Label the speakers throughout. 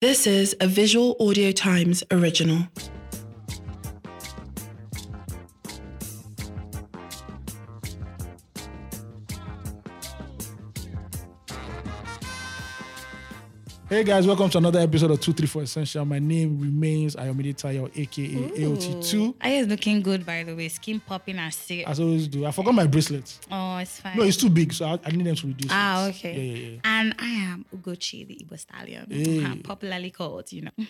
Speaker 1: This is a Visual Audio Times original.
Speaker 2: Hey guys, welcome to another episode of 234 Essential. My name remains Ayomide Tayo, aka AOT2.
Speaker 3: I is Mm. looking good, by the way. Skin popping and sick.
Speaker 2: As I always do, I forgot my bracelets.
Speaker 3: Oh, it's fine.
Speaker 2: Uh, No, it's too big, so I, I need them to reduce.
Speaker 3: ah,
Speaker 2: it.
Speaker 3: okay.
Speaker 2: Yeah, yeah, yeah.
Speaker 3: And I am Ugochi, the Igbo stallion,
Speaker 2: Hey.
Speaker 3: I'm popularly called, you know.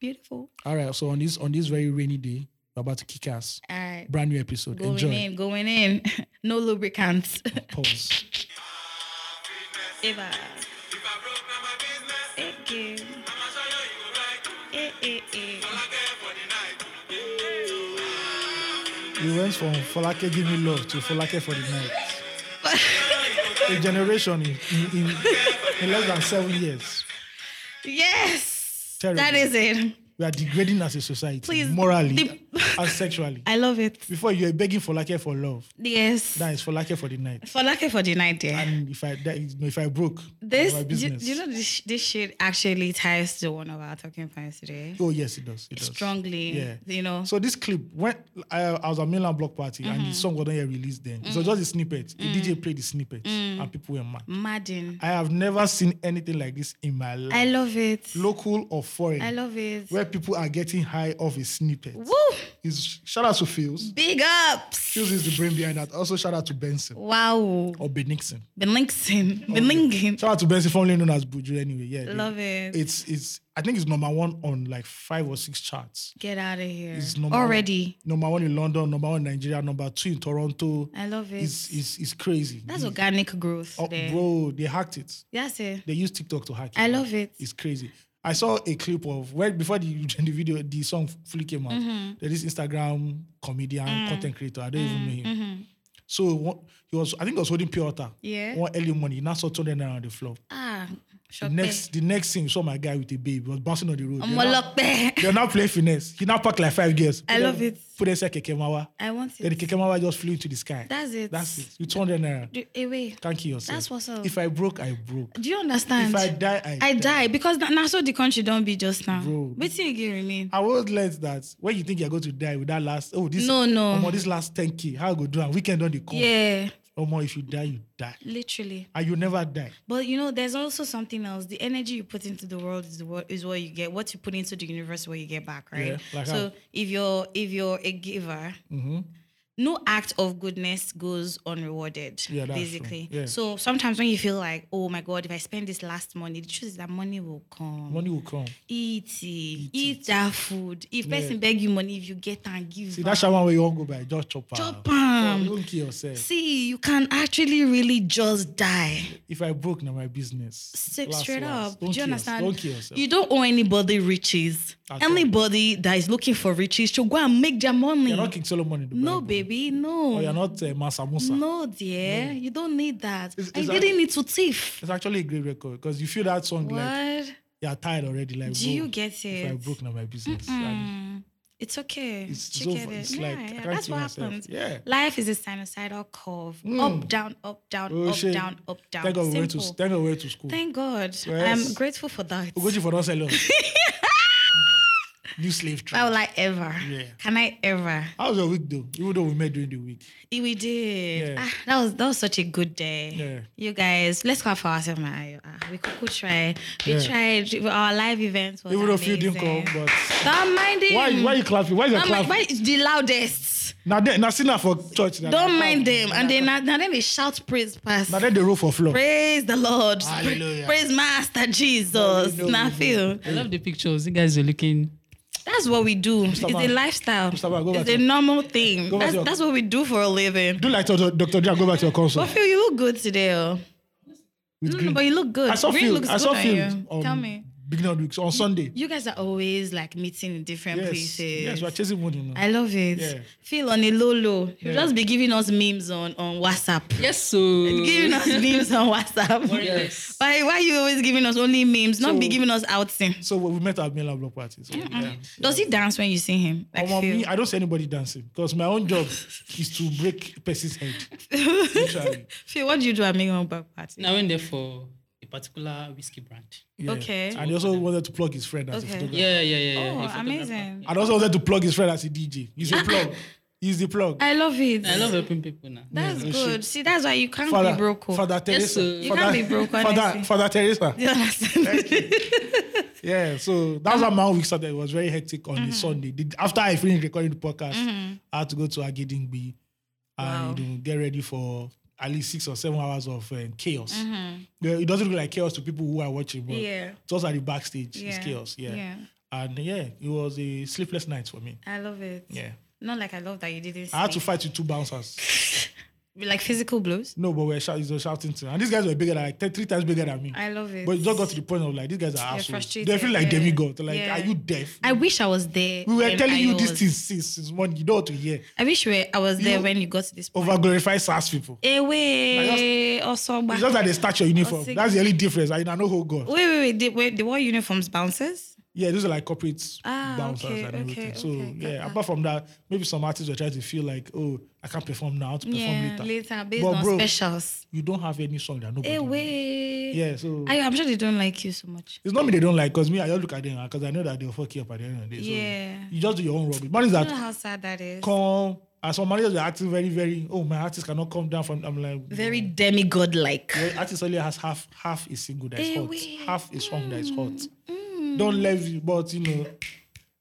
Speaker 3: Beautiful.
Speaker 2: All right. So on this on this very rainy day, we're about to kick ass.
Speaker 3: All right.
Speaker 2: Brand new episode.
Speaker 3: Going
Speaker 2: Enjoy.
Speaker 3: in, going in. no lubricants.
Speaker 2: Pause.
Speaker 3: Eva. Thank you. Eh, eh, eh.
Speaker 2: We went from Folake give me love to Folake for the night. A generation in, in, in, in less than seven years.
Speaker 3: Yes.
Speaker 2: Terrible.
Speaker 3: That is it.
Speaker 2: We are degrading as a society,
Speaker 3: Please,
Speaker 2: morally
Speaker 3: the-
Speaker 2: and sexually.
Speaker 3: I love it.
Speaker 2: Before you were begging Folake for love.
Speaker 3: Yes.
Speaker 2: That is Folake for the night.
Speaker 3: for lucky for the night, dear.
Speaker 2: And if I that is, no, if I broke
Speaker 3: This,
Speaker 2: it's my
Speaker 3: do, do
Speaker 2: business.
Speaker 3: you know, this, sh- this shit actually ties to one of our talking points today.
Speaker 2: Oh yes, it does. It does.
Speaker 3: Strongly,
Speaker 2: Yeah.
Speaker 3: you know. Mm-hmm.
Speaker 2: So this clip when I, I was at Milan Block Party and the song wasn't yet released then.
Speaker 3: Mm.
Speaker 2: So just a snippet. The DJ played the snippet and people were mad.
Speaker 3: Madden.
Speaker 2: I have never seen anything like this in my life,
Speaker 3: I love it.
Speaker 2: local or foreign,
Speaker 3: I love it.
Speaker 2: where people are getting high off a snippet.
Speaker 3: Woo!
Speaker 2: Is shout out to Fields.
Speaker 3: Big ups.
Speaker 2: Fields is the brain behind that. Also shout out to Benson
Speaker 3: Wow.
Speaker 2: or Benixon.
Speaker 3: Been linking. Been linking.
Speaker 2: Shout out to Benson, formerly known as Buju. Anyway, yeah. they-
Speaker 3: Love it.
Speaker 2: Oh, It's it's I think it's number one on like five or six charts.
Speaker 3: Get out of here.
Speaker 2: It's number
Speaker 3: Already.
Speaker 2: Number one in London, number one in Nigeria, number two in Toronto.
Speaker 3: I love it.
Speaker 2: It's it's, it's crazy.
Speaker 3: That's
Speaker 2: It's-
Speaker 3: organic growth
Speaker 2: oh,
Speaker 3: there.
Speaker 2: bro. They hacked it.
Speaker 3: That's it.
Speaker 2: They use TikTok to hack it.
Speaker 3: I love it.
Speaker 2: It's crazy. I saw a clip of where before the, the video the song fully came out.
Speaker 3: Mm-hmm.
Speaker 2: There's this Instagram comedian,
Speaker 3: Mm.
Speaker 2: content creator. I don't even know him. So one, he was, I think he was holding pure water.
Speaker 3: mm-hmm. Yeah.
Speaker 2: One early morning, he now saw 200 naira on the floor.
Speaker 3: Ah.
Speaker 2: The
Speaker 3: Shop
Speaker 2: next, the next thing, saw my guy with a baby was bouncing on the road.
Speaker 3: I'm
Speaker 2: They're now-
Speaker 3: there.
Speaker 2: They're now playing finesse. He now packed like five girls.
Speaker 3: I
Speaker 2: Put
Speaker 3: love
Speaker 2: them-
Speaker 3: it.
Speaker 2: Put inside Keke Mawa.
Speaker 3: I want
Speaker 2: Then the
Speaker 3: it.
Speaker 2: Keke Mawa just flew into the sky.
Speaker 3: That's it.
Speaker 2: That's it. You turned in there.
Speaker 3: Do, away.
Speaker 2: Thank you yourself.
Speaker 3: That's what's up.
Speaker 2: If I broke, I broke.
Speaker 3: Do you understand?
Speaker 2: If I die, I,
Speaker 3: I die because na, na so the country don't be just now.
Speaker 2: Bro.
Speaker 3: Waiting again remain.
Speaker 2: I always learned that when you think you're going to die with that last, oh, this,
Speaker 3: No, no.
Speaker 2: Omo, this last 10K, how I go do it? Weekend on the call.
Speaker 3: Yeah,
Speaker 2: Omo, if you die, you die.
Speaker 3: literally.
Speaker 2: And you never die.
Speaker 3: But you know, there's also something else. The energy you put into the world is the world is what you get. What you put into the universe, is what you get back, right?
Speaker 2: Yeah, like
Speaker 3: so
Speaker 2: how? Mm-hmm.
Speaker 3: if you're if you're a giver, no act of goodness goes unrewarded.
Speaker 2: Yeah, that's true.
Speaker 3: basically.
Speaker 2: Yeah.
Speaker 3: So sometimes when you feel like, oh my god, if I spend this last money, the truth is that money will come.
Speaker 2: Money will come.
Speaker 3: Eat it, eat, that food. If person beg you money, if you get and give,
Speaker 2: See,
Speaker 3: back.
Speaker 2: that's the one where you won't go by. Just chop am.
Speaker 3: Chop am.
Speaker 2: Don't kill yourself.
Speaker 3: See, you can actually really just die.
Speaker 2: If I broke, now my business.
Speaker 3: S-
Speaker 2: Last,
Speaker 3: straight
Speaker 2: last.
Speaker 3: up.
Speaker 2: Don't
Speaker 3: Do you
Speaker 2: kill yourself.
Speaker 3: understand?
Speaker 2: Don't kill yourself.
Speaker 3: You don't owe anybody riches.
Speaker 2: At all.
Speaker 3: anybody that is looking for riches should go and make their money.
Speaker 2: You're not King Solomon in the
Speaker 3: no,
Speaker 2: Bible.
Speaker 3: baby, no.
Speaker 2: Or you're not uh, Massa Musa.
Speaker 3: no, dear. You don't need that.
Speaker 2: It's-
Speaker 3: I
Speaker 2: it's
Speaker 3: didn't need to thief.
Speaker 2: It's actually a great record because you feel that song
Speaker 3: What?
Speaker 2: like you're tired already. Like,
Speaker 3: Do
Speaker 2: bro,
Speaker 3: you get
Speaker 2: If I
Speaker 3: it?
Speaker 2: broke now my business. And
Speaker 3: Mm, It's okay.
Speaker 2: It's
Speaker 3: You
Speaker 2: so
Speaker 3: get
Speaker 2: fu-
Speaker 3: it.
Speaker 2: it's
Speaker 3: yeah,
Speaker 2: like, I
Speaker 3: yeah.
Speaker 2: can't
Speaker 3: that's
Speaker 2: kill
Speaker 3: what
Speaker 2: myself.
Speaker 3: happens.
Speaker 2: Yeah.
Speaker 3: Life is a sinusoidal curve.
Speaker 2: Mm.
Speaker 3: Up, down, up, down,
Speaker 2: Oh,
Speaker 3: up,
Speaker 2: shit.
Speaker 3: down, up, down.
Speaker 2: Thank God we went to
Speaker 3: Simple.
Speaker 2: thank God we went to school.
Speaker 3: Thank God.
Speaker 2: Yes.
Speaker 3: I'm grateful for that.
Speaker 2: Ugochi for not selling us. New slave trade.
Speaker 3: Why will I ever?
Speaker 2: Yeah.
Speaker 3: Can I ever?
Speaker 2: How was your week though? Even though we met during the week.
Speaker 3: Eh, We did.
Speaker 2: Yeah.
Speaker 3: Ah, that was that was such a good day.
Speaker 2: Yeah.
Speaker 3: You guys, let's clap for ourselves now. Ah, we could, could try. We
Speaker 2: Yeah.
Speaker 3: tried. Our live events was
Speaker 2: Even though few
Speaker 3: amazing. Mm.
Speaker 2: didn't come, but
Speaker 3: Don't mind them.
Speaker 2: why why you clapping? Why is your
Speaker 3: Don't mind,
Speaker 2: clap?
Speaker 3: why is the loudest?
Speaker 2: Now they now sing for church. Now
Speaker 3: Don't mind them. And then now then they shout praise past.
Speaker 2: now then they roll for floor.
Speaker 3: Praise the Lord.
Speaker 2: Hallelujah.
Speaker 3: Praise Master Jesus.
Speaker 2: Hallelujah.
Speaker 3: Now feel.
Speaker 4: I love the pictures. You guys are looking.
Speaker 3: That's what we do. it's
Speaker 2: Man.
Speaker 3: a lifestyle.
Speaker 2: Mr. Man, go back
Speaker 3: it's
Speaker 2: to
Speaker 3: a
Speaker 2: your-
Speaker 3: normal thing.
Speaker 2: Go back to
Speaker 3: That's,
Speaker 2: your-
Speaker 3: that's what we do for a living.
Speaker 2: Do like Dr. Dr. Dre and go back to your console.
Speaker 3: But Phil, you look good today. Oh.
Speaker 2: with
Speaker 3: No, no,
Speaker 2: green.
Speaker 3: Mm, but you look good.
Speaker 2: I saw
Speaker 3: Green
Speaker 2: Phil.
Speaker 3: looks
Speaker 2: I saw Um,
Speaker 3: good
Speaker 2: Phil.
Speaker 3: on you.
Speaker 2: on
Speaker 3: Tell me.
Speaker 2: Beginning of the week on Sunday.
Speaker 3: You guys are always like meeting in different
Speaker 2: Yes.
Speaker 3: places.
Speaker 2: Yes, we're chasing money now.
Speaker 3: I love it.
Speaker 2: Yeah.
Speaker 3: Phil on a low low. You'll
Speaker 2: Yeah.
Speaker 3: just be giving us memes on, on WhatsApp.
Speaker 4: Yes, so.
Speaker 3: Giving us memes on WhatsApp.
Speaker 4: Mm. Yes.
Speaker 3: Why why you always giving us only memes? Not be
Speaker 2: So-
Speaker 3: giving us outing.
Speaker 2: So we met at Milan Block Party. So, yeah.
Speaker 3: Does he dance when you see him? Like
Speaker 2: Omo,
Speaker 3: Phil.
Speaker 2: me, I don't see anybody dancing because my own job is to break person's head. Literally.
Speaker 3: Phil, what do you do at Megan Back Party?
Speaker 4: I went there for a particular whiskey brand.
Speaker 2: Yeah.
Speaker 3: Okay.
Speaker 2: And he also wanted to plug his friend as a
Speaker 3: Okay.
Speaker 2: photographer.
Speaker 4: Yeah, yeah, yeah. yeah.
Speaker 3: Oh,
Speaker 4: a photographer.
Speaker 3: amazing.
Speaker 2: And also wanted to plug his friend as a DJ. He's a plug. He's the plug.
Speaker 3: Ah. I love it.
Speaker 4: I love helping people now.
Speaker 3: That's
Speaker 2: Yeah, we
Speaker 3: good. See, that's why you can't
Speaker 2: Mm, Father,
Speaker 3: be broke. oh.
Speaker 2: Father Teresa.
Speaker 4: sir. You
Speaker 2: Father,
Speaker 3: can't be broke, honestly.
Speaker 2: Father, Father Teresa.
Speaker 3: Do you understand?
Speaker 2: Yeah, so that was how
Speaker 3: Ah.
Speaker 2: my week started. It was very hectic on
Speaker 3: Mm-hmm.
Speaker 2: a Sunday. The- After I finished recording the podcast, I had to go to Agedingbi
Speaker 3: Wow.
Speaker 2: and you know, get ready for at least six or seven hours of um, chaos. Yeah, It doesn't look like chaos to people who are watching, but
Speaker 3: Mm-hmm. Yeah.
Speaker 2: just at the backstage, it's
Speaker 3: Yeah,
Speaker 2: chaos. Yeah.
Speaker 3: yeah.
Speaker 2: And yeah, it was a sleepless night for me.
Speaker 3: I love it.
Speaker 2: Yeah.
Speaker 3: Not like I love that you didn't.
Speaker 2: I had to
Speaker 3: sleep.
Speaker 2: fight with two bouncers.
Speaker 3: like physical blows.
Speaker 2: No, but we're shout- they were shouting to And these guys were bigger, than, like th- three times bigger than me.
Speaker 3: I love it.
Speaker 2: but it just got to the point of like, these guys are assholes.
Speaker 3: frustrated,
Speaker 2: They feel like
Speaker 3: yeah.
Speaker 2: demigod. Like,
Speaker 3: Yeah.
Speaker 2: are you deaf?
Speaker 3: I wish I was there.
Speaker 2: We were
Speaker 3: when
Speaker 2: telling
Speaker 3: I
Speaker 2: you this
Speaker 3: was-
Speaker 2: thing since, since morning. You don't want to hear.
Speaker 3: I wish we, I was there
Speaker 2: You-
Speaker 3: when you got to this point.
Speaker 2: Over glorify SARS people.
Speaker 3: Away,
Speaker 2: It's just that they start your uniform.
Speaker 3: Osigba.
Speaker 2: That's the only difference. I, I know who God.
Speaker 3: Wait, wait, wait. They, wait, they wore uniforms, bouncers.
Speaker 2: Yeah, those are like corporate
Speaker 3: Ah,
Speaker 2: bouncers
Speaker 3: okay,
Speaker 2: and
Speaker 3: okay,
Speaker 2: everything. So
Speaker 3: okay, Uh-uh. got
Speaker 2: yeah,
Speaker 3: that.
Speaker 2: apart from that, maybe some artists were trying to feel like, oh, I can't perform now I have to perform
Speaker 3: Yeah,
Speaker 2: later.
Speaker 3: later, based
Speaker 2: But
Speaker 3: on
Speaker 2: bro-
Speaker 3: specials.
Speaker 2: You don't have any song that nobody. knows.
Speaker 3: Away.
Speaker 2: Yeah, so
Speaker 3: Eh, I, I'm sure they don't like you so much.
Speaker 2: it's not me they don't like, cause me I just look at them because I know that they'll fuck you up at the end of the day. So
Speaker 3: Yeah.
Speaker 2: You just do your own rubbish. Man is
Speaker 3: I don't know
Speaker 2: that
Speaker 3: how sad that is.
Speaker 2: come and some managers are acting very, very oh my artist cannot come down from I'm like
Speaker 3: Very demigod like.
Speaker 2: Well, artist only has half half a single that is
Speaker 3: Eh, Mm.
Speaker 2: hot,
Speaker 3: wait.
Speaker 2: half a song that is hot. Don't leave, but you know,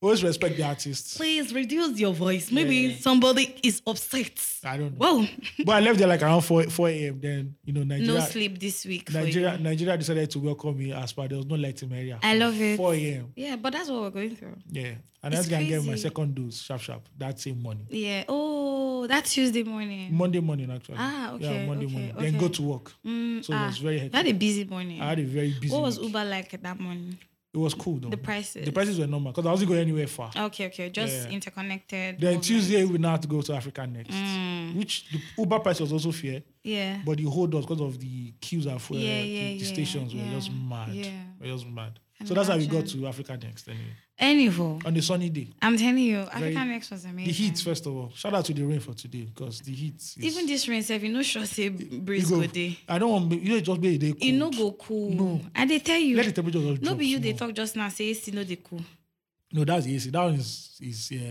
Speaker 2: always respect the artist.
Speaker 3: Please reduce your voice. Maybe somebody is upset.
Speaker 2: I don't know.
Speaker 3: Whoa.
Speaker 2: But I left there like around 4, 4 a.m. Then, you know,
Speaker 3: No
Speaker 2: Nigeria,
Speaker 3: sleep this week. for you.
Speaker 2: Nigeria, Nigeria decided to welcome me as far. There was no light in my area.
Speaker 3: I love it.
Speaker 2: 4 a.m.
Speaker 3: Yeah, but that's what we're going through.
Speaker 2: Yeah. And that's
Speaker 3: It's
Speaker 2: going to get my
Speaker 3: crazy.
Speaker 2: second dose, sharp, sharp, that same morning.
Speaker 3: Yeah. Oh, that's Tuesday morning.
Speaker 2: Monday morning, actually.
Speaker 3: Ah, okay,
Speaker 2: Yeah, Monday
Speaker 3: okay,
Speaker 2: morning.
Speaker 3: okay.
Speaker 2: Then go to work.
Speaker 3: Mm,
Speaker 2: So it was very
Speaker 3: You had
Speaker 2: hectic.
Speaker 3: a busy morning.
Speaker 2: I had a very busy
Speaker 3: what was
Speaker 2: week.
Speaker 3: Uber like that morning?
Speaker 2: It was cool, though.
Speaker 3: The prices.
Speaker 2: The prices were normal because I wasn't going anywhere far.
Speaker 3: Okay, okay. Just
Speaker 2: Yeah.
Speaker 3: interconnected.
Speaker 2: Then
Speaker 3: movement.
Speaker 2: Tuesday we now have to go to Africa next,
Speaker 3: Mm.
Speaker 2: which the Uber price was also fair,
Speaker 3: Yeah.
Speaker 2: but the hold us because of the queues at uh,
Speaker 3: Yeah,
Speaker 2: the,
Speaker 3: yeah,
Speaker 2: the
Speaker 3: yeah,
Speaker 2: stations were
Speaker 3: yeah,
Speaker 2: just mad.
Speaker 3: yeah.
Speaker 2: We're just mad. So that's how we got to Africa next anyway.
Speaker 3: Anyhow,
Speaker 2: On a sunny day,
Speaker 3: I'm telling you, African X was amazing.
Speaker 2: the heat first of all. Shout out to the rain for today because the heat. Is,
Speaker 3: Even this rain, sef, you know, sure say breeze go day.
Speaker 2: I don't want you know just be a day. Cold.
Speaker 3: You know, go cool. No. And they tell
Speaker 2: Let
Speaker 3: you,
Speaker 2: the temperature just
Speaker 3: no
Speaker 2: drop
Speaker 3: be you, they
Speaker 2: small.
Speaker 3: talk just now, say AC, no, they cool.
Speaker 2: No, that's the AC. That one is is yeah.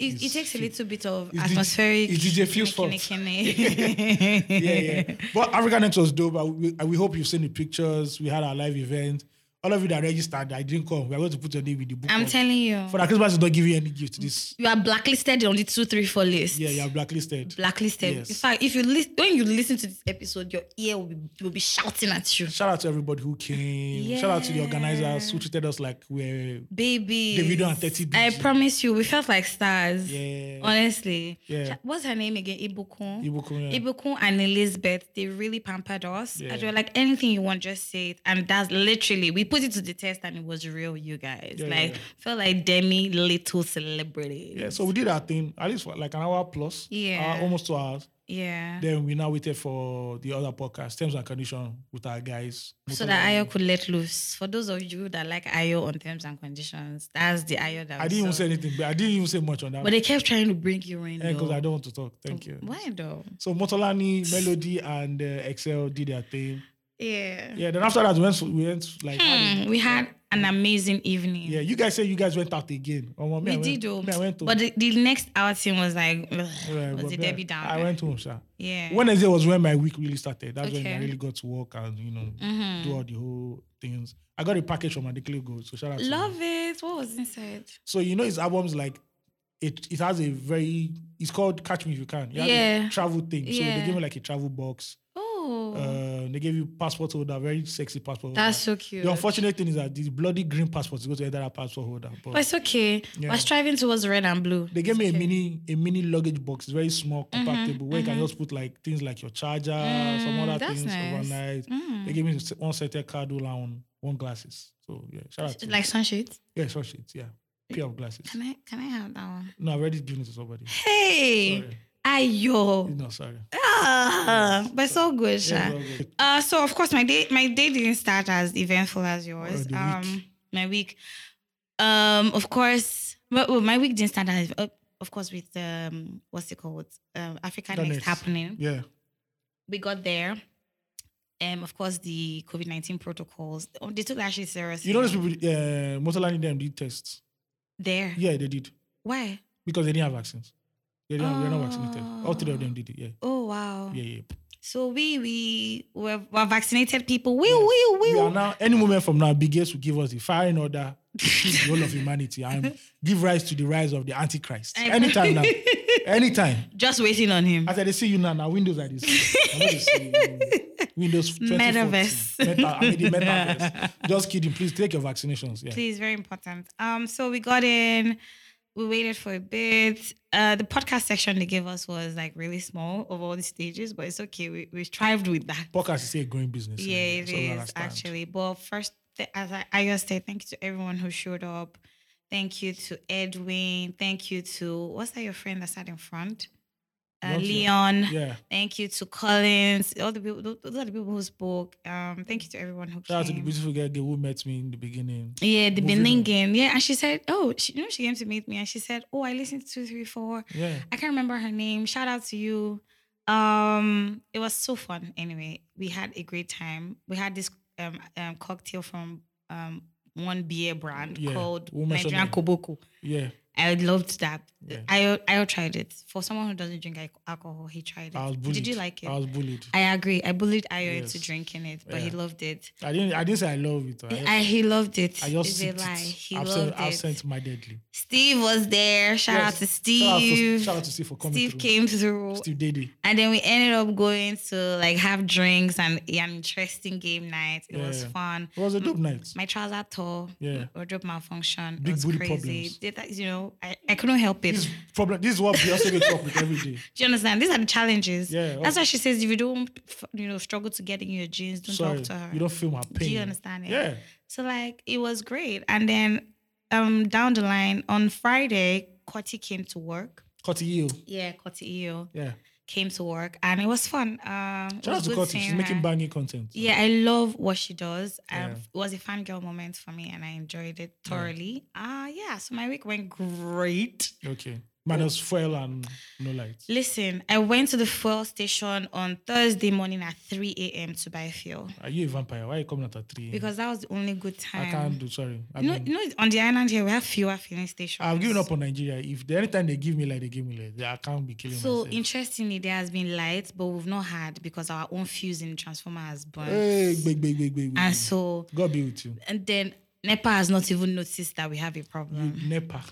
Speaker 3: It, it takes a little bit of
Speaker 2: It's the-
Speaker 3: atmospheric.
Speaker 2: it's DJ Fuse fault.
Speaker 3: kene, kene, kene.
Speaker 2: yeah, yeah. But Africa Next was dope. I- We, we hope you've seen the pictures. We had our live event. All of you that registered, I didn't come. We're going to put your name in the book.
Speaker 3: I'm
Speaker 2: of-
Speaker 3: telling you.
Speaker 2: For that Christmas is not giving you any gift. This
Speaker 3: you are blacklisted on the 234 list.
Speaker 2: yeah, you're blacklisted.
Speaker 3: Blacklisted.
Speaker 2: Yes.
Speaker 3: In fact, if you listen, when you listen to this episode, your ear will be, will be shouting at you.
Speaker 2: Shout out to everybody who came. Shout out to the organizers who treated us like we're
Speaker 3: Baby.
Speaker 2: Davido and 30
Speaker 3: I
Speaker 2: BG.
Speaker 3: promise you, we felt like stars.
Speaker 2: Yeah.
Speaker 3: Honestly.
Speaker 2: Yeah.
Speaker 3: Sh- What's her name again? Ibukun.
Speaker 2: Ibukun, yeah.
Speaker 3: Ibukun and Elizabeth, they really pampered us.
Speaker 2: Yeah.
Speaker 3: And they were like, anything you want, just say it. And that's literally, we put it to the test and it was real, you guys.
Speaker 2: Yeah,
Speaker 3: like,
Speaker 2: yeah, yeah.
Speaker 3: felt like demi little celebrities.
Speaker 2: Yeah, so we did our thing at least for like an hour plus.
Speaker 3: Yeah.
Speaker 2: hour- almost two hours.
Speaker 3: Yeah.
Speaker 2: Then we now waited for the other podcast, Terms and Condition, with our guys.
Speaker 3: so that Ayo could let loose. For those of you that like Ayo on terms and conditions, that's the Ayo that
Speaker 2: I
Speaker 3: we
Speaker 2: didn't even
Speaker 3: saw.
Speaker 2: say anything, but I didn't even say much on that.
Speaker 3: But Oh, they kept trying to bring you in.
Speaker 2: because
Speaker 3: though.
Speaker 2: I don't want to talk. Thank you.
Speaker 3: Why though?
Speaker 2: So Motolani, Melody, and uh, Excel did their thing.
Speaker 3: Yeah.
Speaker 2: Yeah. Then after that, we went. We went like. had a-
Speaker 3: Mm, We had an amazing evening.
Speaker 2: yeah. You guys say you guys went out again. Oh, well, me,
Speaker 3: We
Speaker 2: I went,
Speaker 3: did though.
Speaker 2: me, I went to.
Speaker 3: But the, the next outing was like, ugh,
Speaker 2: yeah, but
Speaker 3: was it
Speaker 2: me, I-
Speaker 3: Debbie Downer?
Speaker 2: I went home, sha.
Speaker 3: Yeah.
Speaker 2: Wednesday was when my week really started. That's when
Speaker 3: Okay. Mm.
Speaker 2: I really got to work and you know
Speaker 3: Mm-hmm.
Speaker 2: do all the whole things. I got a package from Adekley Gold, so shout out. to them.
Speaker 3: Love it. What was inside?
Speaker 2: So you know his albums like. It, it has a very it's called Catch Me If You Can. It has a
Speaker 3: Yeah.
Speaker 2: travel thing. So
Speaker 3: Yeah.
Speaker 2: they gave me like a travel box.
Speaker 3: Oh,
Speaker 2: Uh, they gave you passport holder, very sexy passport.
Speaker 3: that's
Speaker 2: holder.
Speaker 3: so cute.
Speaker 2: The unfortunate thing is that the bloody green passport is going to either passport holder. But
Speaker 3: but it's okay. We're striving towards red and blue.
Speaker 2: they gave me a mini a mini luggage box, very small,
Speaker 3: Mm-hmm,
Speaker 2: compactable, where you can just put like things like your charger, some other
Speaker 3: Mm, that's
Speaker 2: things
Speaker 3: nice.
Speaker 2: overnight.
Speaker 3: Mm.
Speaker 2: They gave me s- one set of cardula and one glasses. So yeah, shout out to
Speaker 3: Like sunshades.
Speaker 2: yeah, short sheets, yeah, pair of glasses.
Speaker 3: Can I can I have that one?
Speaker 2: No, I've already given it to somebody.
Speaker 3: Hey,
Speaker 2: Sorry.
Speaker 3: ayo.
Speaker 2: No, sorry.
Speaker 3: Ah, but so good, Sha.
Speaker 2: Yeah, it's all good.
Speaker 3: Uh, so of course my day my day didn't start as eventful as yours.
Speaker 2: Oh, the week.
Speaker 3: Um, my week, um, of course, well, well, my week didn't start as uh, of course with um, what's it called, um, Africa
Speaker 2: That
Speaker 3: Next
Speaker 2: next.
Speaker 3: happening.
Speaker 2: Yeah,
Speaker 3: We got there. um, of course, the COVID nineteen protocols. Oh, They took that shit seriously.
Speaker 2: You know those people, uh, Motorland them did tests.
Speaker 3: there.
Speaker 2: Yeah, they did
Speaker 3: Why?
Speaker 2: because they didn't have vaccines. They didn't, They're not vaccinated. All three of them did it. Yeah,
Speaker 3: Oh wow.
Speaker 2: yeah, yeah.
Speaker 3: So we we were, were vaccinated people. We we
Speaker 2: We
Speaker 3: we.
Speaker 2: are now. Any moment from now, Big Gates will give us the firing order. to the whole of humanity and give rise to the rise of the Antichrist. Anytime now. Anytime.
Speaker 3: Just waiting on him.
Speaker 2: As I dey see you now, now Windows are this. I'm going to see you. Windows 2014.
Speaker 3: Metaverse.
Speaker 2: Meta, I mean the metaverse. Just kidding. Please take your vaccinations. Yeah.
Speaker 3: Please, very important. Um, so we got in. We waited for a bit. Uh, the podcast section they gave us was like really small of all the stages, but it's okay. We we strived with that.
Speaker 2: Podcast is a growing business.
Speaker 3: Yeah, it
Speaker 2: so we
Speaker 3: is
Speaker 2: understand.
Speaker 3: actually. But first, th- as I, I just said, thank you to everyone who showed up. Thank you to Edwin. Thank you to what's that your friend that sat in front? Uh,
Speaker 2: Not you.
Speaker 3: Leon.
Speaker 2: Yeah.
Speaker 3: Thank you to Collins. All the people, tho- those are the people who spoke. Um, thank you to everyone who
Speaker 2: Shout out to the
Speaker 3: came.
Speaker 2: beautiful girl girl who met me in the beginning.
Speaker 3: yeah, the
Speaker 2: moving on.
Speaker 3: Beningan. Yeah, and she said, oh, she, you know, she came to meet me and she said, oh, I listened to two, three, four.
Speaker 2: Yeah.
Speaker 3: I can't remember her name. Shout out to you. Um, it was so fun. Anyway, we had a great time. We had this um, um cocktail from um one beer brand
Speaker 2: Yeah,
Speaker 3: called
Speaker 2: we'll mention
Speaker 3: Nigerian
Speaker 2: it.
Speaker 3: Koboko.
Speaker 2: Yeah.
Speaker 3: I loved that.
Speaker 2: Yeah.
Speaker 3: I I tried it for someone who doesn't drink alco- alcohol. He tried
Speaker 2: I was
Speaker 3: it.
Speaker 2: bullied.
Speaker 3: Did you like it?
Speaker 2: I was bullied.
Speaker 3: I agree. I bullied Ayo into
Speaker 2: Yes.
Speaker 3: drinking it, but he
Speaker 2: Yeah.
Speaker 3: loved it.
Speaker 2: I didn't I didn't say I love it. I,
Speaker 3: I, he loved it.
Speaker 2: I just
Speaker 3: It's a
Speaker 2: sipped
Speaker 3: lie.
Speaker 2: it
Speaker 3: He
Speaker 2: absent,
Speaker 3: loved it.
Speaker 2: absent mindedly.
Speaker 3: Steve was there. Shout out to Steve.
Speaker 2: Shout out to Steve for coming
Speaker 3: Steve
Speaker 2: through.
Speaker 3: came through.
Speaker 2: Steve Daddy.
Speaker 3: And then we ended up going to like have drinks and an interesting game night. It was
Speaker 2: Yeah.
Speaker 3: fun.
Speaker 2: It was a dope night.
Speaker 3: My trouser tore.
Speaker 2: Yeah.
Speaker 3: Wardrobe malfunction.
Speaker 2: Big
Speaker 3: it was
Speaker 2: booty
Speaker 3: crazy.
Speaker 2: problems.
Speaker 3: Did that, you know, I, I couldn't help it.
Speaker 2: This problem. This is what Beyonce wakes up with every day.
Speaker 3: Do you understand? These are the challenges.
Speaker 2: Yeah,
Speaker 3: That's why she says if you don't, f- you know, struggle to get in your jeans, don't
Speaker 2: Sorry,
Speaker 3: talk to her.
Speaker 2: you don't feel my
Speaker 3: Do
Speaker 2: pain.
Speaker 3: you understand it?
Speaker 2: Yeah.
Speaker 3: So like it was great. And then um down the line on Friday, Cotty came to work.
Speaker 2: Cut to you.
Speaker 3: Yeah, Cotty EO
Speaker 2: E Yeah.
Speaker 3: came to work and it was fun. Um, it
Speaker 2: Shout
Speaker 3: was
Speaker 2: out to
Speaker 3: good
Speaker 2: Cotty. She's
Speaker 3: seeing
Speaker 2: making
Speaker 3: her.
Speaker 2: banging content.
Speaker 3: Yeah, I love what she does. Um,
Speaker 2: Yeah.
Speaker 3: It was a fangirl moment for me and I enjoyed it thoroughly. Ah, yeah, so my week went great.
Speaker 2: Okay. Minus fuel and no light.
Speaker 3: Listen, I went to the fuel station on Thursday morning at 3 a.m. to buy fuel
Speaker 2: Are you a vampire? Why are you coming out at three?
Speaker 3: because that was the only good
Speaker 2: Mm. I
Speaker 3: time.
Speaker 2: can't do. Sorry. I
Speaker 3: you, know,
Speaker 2: mean,
Speaker 3: you know, on the island here, we have fewer filling stations.
Speaker 2: I've given up on Nigeria. If the anytime they give me like they give me like, I can't be killing
Speaker 3: So,
Speaker 2: myself.
Speaker 3: interestingly, there has been light, but we've not had because our own fuse in the transformer has burned.
Speaker 2: Hey, big, big, big, big,
Speaker 3: And so,
Speaker 2: God be with you.
Speaker 3: and then NEPA has not even noticed that we have a problem.
Speaker 2: Nepa.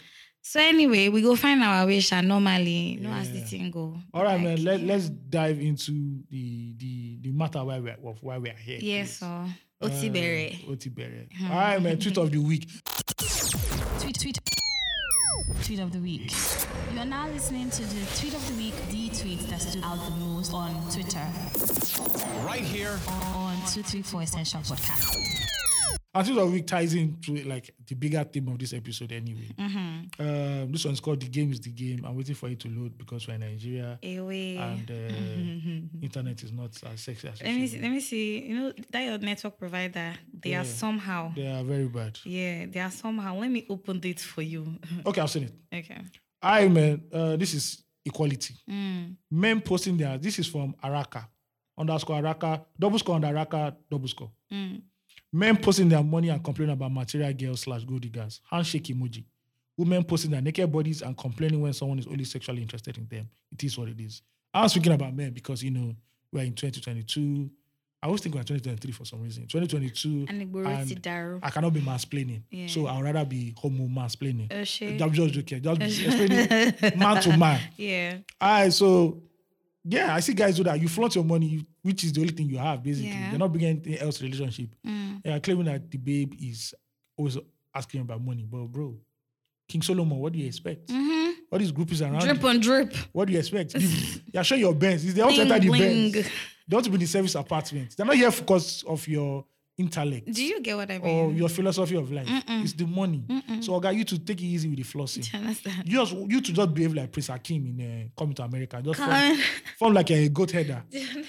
Speaker 3: So anyway, we go find our wish and normally, you know, as the
Speaker 2: Yeah.
Speaker 3: thing go.
Speaker 2: All right,
Speaker 3: Like,
Speaker 2: man. Let, Let's dive into the the the matter why we're of why we're here.
Speaker 3: Yeah,
Speaker 2: please.
Speaker 3: so Otibere.
Speaker 2: Uh, Otibere. All right, man. Tweet of the week.
Speaker 5: tweet tweet tweet of the week you are now listening to the tweet of the week the tweet that stood out the most on twitter
Speaker 6: right here.
Speaker 5: on 234 essential podcast
Speaker 2: And tweet of the week ties into like the bigger theme of this episode anyway.
Speaker 3: Mm-hmm.
Speaker 2: Um, this one's called "The Game Is the Game." I'm waiting for it to load because we're in Nigeria
Speaker 3: Away.
Speaker 2: and uh, internet is not as sexy as it
Speaker 3: Mm-hmm. let me
Speaker 2: should
Speaker 3: see,
Speaker 2: be.
Speaker 3: let me see. You know, that your network provider, they
Speaker 2: Yeah.
Speaker 3: are somehow.
Speaker 2: They are very bad.
Speaker 3: Yeah, they are somehow. Let me open it for you.
Speaker 2: Okay, I've seen it.
Speaker 3: okay.
Speaker 2: I man, uh, this is equality.
Speaker 3: Mm,
Speaker 2: Men posting there. This is from Araka underscore Araka double score under Araka double score.
Speaker 3: mm.
Speaker 2: Men posting their money and complaining about material girls slash gold diggers. Handshake emoji. Women posting their naked bodies and complaining when someone is only sexually interested in them. It is what it is. I was thinking about men because you know we're in 2022. I always think we're in 2023 for some reason. 2022.
Speaker 3: And Igboro Daru.
Speaker 2: I cannot be mansplaining.
Speaker 3: Yeah.
Speaker 2: So I'd rather be homo mansplaining.
Speaker 3: Oh, shit.
Speaker 2: I'm just joking. Just explaining man to man.
Speaker 3: Yeah.
Speaker 2: All right, so yeah, I see guys do that. You flaunt your money, you- which is the only thing you have, basically.
Speaker 3: Yeah. Mm.
Speaker 2: You're not bringing anything else to the relationship. Yeah, claiming that the babe is always asking about money. But bro, King Solomon, what do you expect? All these groupies around
Speaker 3: Mm-hmm. Drip
Speaker 2: you,
Speaker 3: on drip.
Speaker 2: what do you expect? You're showing your Benz. They want to
Speaker 3: Bling,
Speaker 2: enter the
Speaker 3: bling.
Speaker 2: Benz. They want to be in the service apartment. They're not here because of your intellect
Speaker 3: Do you get what I mean?
Speaker 2: or your philosophy of life. It's the money. So, Oga, you to take it easy with the flossing.
Speaker 3: Do you understand?
Speaker 2: You just you to just behave like Prince Hakim in uh, Coming to America. and Just form,
Speaker 3: Come.
Speaker 2: form like a goat header.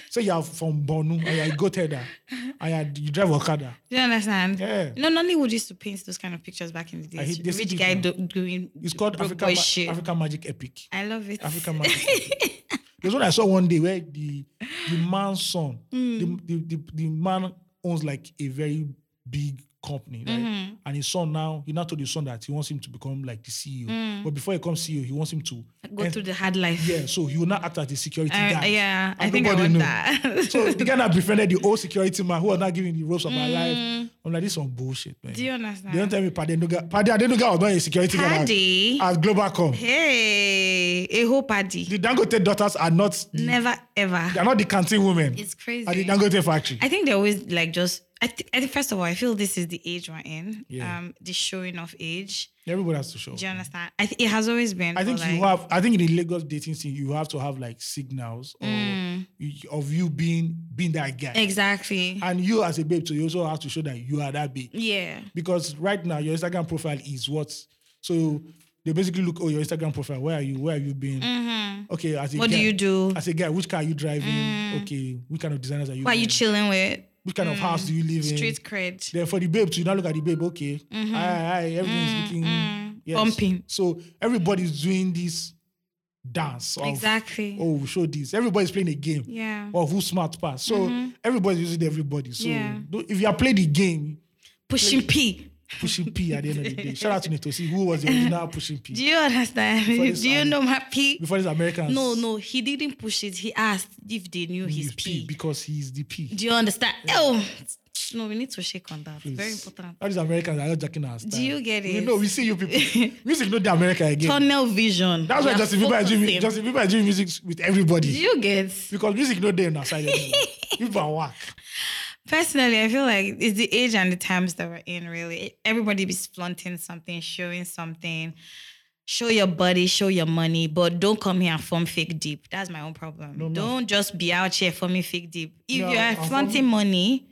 Speaker 2: Say you are from Bonu and you're a goat header and you, are, you drive Okada.
Speaker 3: Do you understand?
Speaker 2: Yeah.
Speaker 3: No, Nollywood used to paint those kind of pictures back in the days.
Speaker 2: hate- they still
Speaker 3: Rich
Speaker 2: do
Speaker 3: guy
Speaker 2: now.
Speaker 3: do, doing
Speaker 2: It's called
Speaker 3: broke
Speaker 2: Africa,
Speaker 3: boy
Speaker 2: Ma-
Speaker 3: shit.
Speaker 2: Africa Magic Epic.
Speaker 3: I love it.
Speaker 2: Africa Magic. Epic. There's one I saw one day where the the man's son,
Speaker 3: Hmm.
Speaker 2: the, the, the the man owns like a very big company, right?
Speaker 3: Mm-hmm.
Speaker 2: And his son now, he now told his son that he wants him to become like the CEO.
Speaker 3: Hmm.
Speaker 2: But before he becomes CEO, he wants him to
Speaker 3: Go
Speaker 2: en-
Speaker 3: through the hard life.
Speaker 2: Yeah, so he will not act as the security
Speaker 3: I-
Speaker 2: guy.
Speaker 3: Uh, yeah,
Speaker 2: And
Speaker 3: I think I
Speaker 2: nobody
Speaker 3: want
Speaker 2: know.
Speaker 3: that.
Speaker 2: so the guy that befriended the old security man who was not giving the ropes of my life. I'm like, this is some bullshit, man.
Speaker 3: Mm. Do you
Speaker 2: They don't
Speaker 3: understand?
Speaker 2: tell me Padenuga. Pade Adenuga was not a security guard
Speaker 3: Paddy.
Speaker 2: at, at Globalcom.
Speaker 3: Hey, a whole party.
Speaker 2: The Dangote daughters are not the,
Speaker 3: Never ever.
Speaker 2: they are not the canteen women
Speaker 3: It's crazy.
Speaker 2: at the Dangote factory.
Speaker 3: I think they always like just. I, th- I think first of all, I feel this is the age we're in.
Speaker 2: Yeah.
Speaker 3: Um, the showing of age.
Speaker 2: Everybody has to show.
Speaker 3: Do you understand? I think it has always been.
Speaker 2: I
Speaker 3: for,
Speaker 2: think
Speaker 3: like,
Speaker 2: you have. I think in the Lagos dating scene, you have to have like signals or
Speaker 3: Mm.
Speaker 2: you- of you being being that guy.
Speaker 3: exactly.
Speaker 2: And you as a babe, so you also have to show that you are that babe.
Speaker 3: yeah.
Speaker 2: because right now your Instagram profile is what. So they basically look, oh, your Instagram profile. Where are you? Where have you been? Okay, as a
Speaker 3: Mm-hmm. What do
Speaker 2: guy-
Speaker 3: you do?
Speaker 2: As a guy, which car are you driving? Okay, which kind of designers are you?
Speaker 3: Who are you
Speaker 2: wearing?
Speaker 3: chilling with?
Speaker 2: which kind of house do you live in?
Speaker 3: Street cred.
Speaker 2: Then for the babe, to you now look at the babe. Okay, aye, aye, everything is looking yes.
Speaker 3: Mm, Bumping.
Speaker 2: So everybody's doing this dance. Of,
Speaker 3: Exactly.
Speaker 2: Oh, we show this. Everybody's playing a game
Speaker 3: Yeah. Mm-hmm.
Speaker 2: of who's smart pass. So everybody's using everybody. So
Speaker 3: Yeah.
Speaker 2: don't- if you are playing the game,
Speaker 3: Pushing P.
Speaker 2: pushing P at the end of the day. Shout out to Netosi, who was the original pushing
Speaker 3: Do
Speaker 2: P
Speaker 3: you understand?
Speaker 2: Before this,
Speaker 3: do you
Speaker 2: um,
Speaker 3: know my P?
Speaker 2: before these Americans.
Speaker 3: No, no, he didn't push it. He asked if they knew
Speaker 2: he's
Speaker 3: his
Speaker 2: P
Speaker 3: P.
Speaker 2: because he's the P.
Speaker 3: Do you understand? Oh, no, we need to shake on that. Very
Speaker 2: Please.
Speaker 3: important.
Speaker 2: All these Americans are just jacking us.
Speaker 3: Do you get
Speaker 2: We
Speaker 3: it?
Speaker 2: know we see you people. music know the America again.
Speaker 3: Tunnel vision.
Speaker 2: That's why
Speaker 3: We are
Speaker 2: Justin Bieber is doing mu-
Speaker 3: focusing.
Speaker 2: Justin Bieber is doing music with
Speaker 3: Do
Speaker 2: everybody
Speaker 3: you get?
Speaker 2: because music know them outside. People are whack.
Speaker 3: Personally, I feel like it's the age and the times that we're in. Really, everybody is flaunting something, showing something. Show your body, show your money, but don't come here and form fake deep. That's my own problem.
Speaker 2: no.
Speaker 3: Don't just be out here forming fake deep. If
Speaker 2: No,
Speaker 3: you are
Speaker 2: I'm forming-
Speaker 3: flaunting money,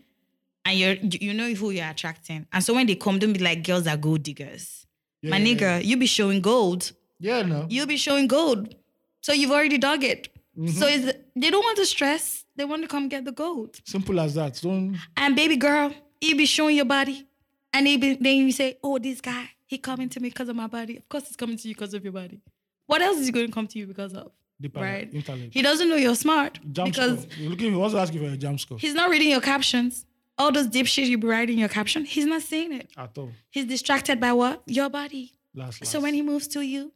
Speaker 3: and you're you know who you're attracting, and so when they come, don't be like girls are gold diggers.
Speaker 2: Yeah,
Speaker 3: my
Speaker 2: yeah,
Speaker 3: nigga, you be showing gold.
Speaker 2: Yeah, no.
Speaker 3: You'll be showing gold. So you've already dug it.
Speaker 2: Mm-hmm.
Speaker 3: So it's, they don't want to stress. They want to come get the gold.
Speaker 2: Simple as that. Don't.
Speaker 3: And baby girl, you be showing your body. And they be, then you say, oh, this guy, he coming to me because of my body. Of course he's coming to you because of your body. What else is he going to come to you because of?
Speaker 2: Deep
Speaker 3: Right.
Speaker 2: Intellect.
Speaker 3: He doesn't know you're smart
Speaker 2: Jam
Speaker 3: because
Speaker 2: score. You're looking. He wants to ask you for your jam score
Speaker 3: he's not reading your captions. All those dipshit you be writing your caption, he's not seeing it.
Speaker 2: at all.
Speaker 3: He's distracted by what? Your body.
Speaker 2: Last, last.
Speaker 3: So when he moves to you,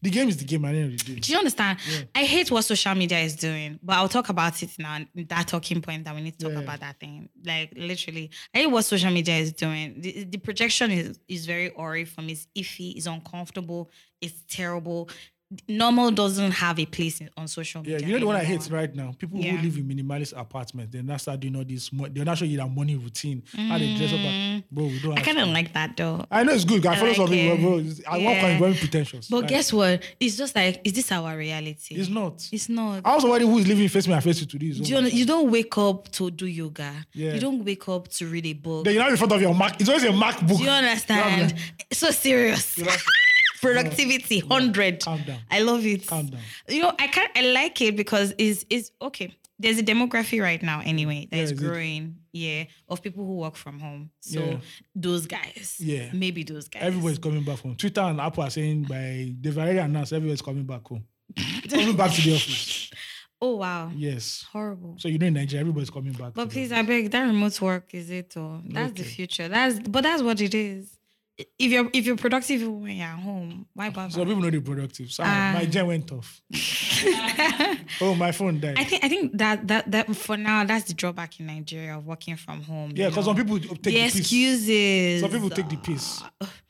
Speaker 2: the game is the game, I didn't really
Speaker 3: Do you understand? I hate what social media is doing, but I'll talk about it now. That talking point that we need to talk
Speaker 2: Yeah.
Speaker 3: about that thing. Like literally, I hate what social media is doing. The, the projection is is very awry for me. It's iffy. It's uncomfortable. It's terrible. Normal doesn't have a place in, on social
Speaker 2: Yeah,
Speaker 3: media.
Speaker 2: you know the one I
Speaker 3: anymore.
Speaker 2: hate right now? People
Speaker 3: Yeah.
Speaker 2: who live in minimalist apartments, they now start doing all this, mo- they're not showing you that money routine, how they dress up. and- bro, we don't
Speaker 3: Mm. I
Speaker 2: have
Speaker 3: kind of
Speaker 2: time.
Speaker 3: like that though.
Speaker 2: I know it's good. I follow
Speaker 3: like
Speaker 2: some people,
Speaker 3: it.
Speaker 2: bro. It's- At one point,
Speaker 3: Yeah.
Speaker 2: it's very pretentious.
Speaker 3: But
Speaker 2: Like,
Speaker 3: guess what? It's just like, is this our reality?
Speaker 2: It's not.
Speaker 3: It's not.
Speaker 2: I was somebody who is living face me and face you to this. oh
Speaker 3: Do you, know, you don't wake up to do yoga.
Speaker 2: Yeah.
Speaker 3: You don't wake up to read a book.
Speaker 2: Then you're not in front of your Mac. It's always a MacBook.
Speaker 3: Do you understand? so serious. Productivity, hundred.
Speaker 2: Calm down.
Speaker 3: I love it.
Speaker 2: Calm down.
Speaker 3: You know, I can not I like it because is is okay. There's a demography right now, anyway, that
Speaker 2: Yeah,
Speaker 3: is
Speaker 2: is it?
Speaker 3: growing, yeah, of people who work from home. So
Speaker 2: Yeah.
Speaker 3: those guys,
Speaker 2: Yeah.
Speaker 3: maybe those guys.
Speaker 2: Everybody's coming back home. Twitter and Apple are saying by they've already announced everybody's coming back home. coming back to the office.
Speaker 3: Oh wow,
Speaker 2: Yes.
Speaker 3: horrible.
Speaker 2: So you know in Nigeria, everybody's coming back.
Speaker 3: But
Speaker 2: to the
Speaker 3: please, I beg that remote work is it all? That's the
Speaker 2: Okay.
Speaker 3: future. That's but that's what it is. If you're if you're productive when you're at home, why bother?
Speaker 2: So people know they're productive. So
Speaker 3: Ah.
Speaker 2: my gen went off. oh, my phone died.
Speaker 3: I think I think that that that for now that's the drawback in Nigeria of working from home.
Speaker 2: yeah, because some people take
Speaker 3: the
Speaker 2: the piss.
Speaker 3: excuses. Ah.
Speaker 2: Some people take the piss.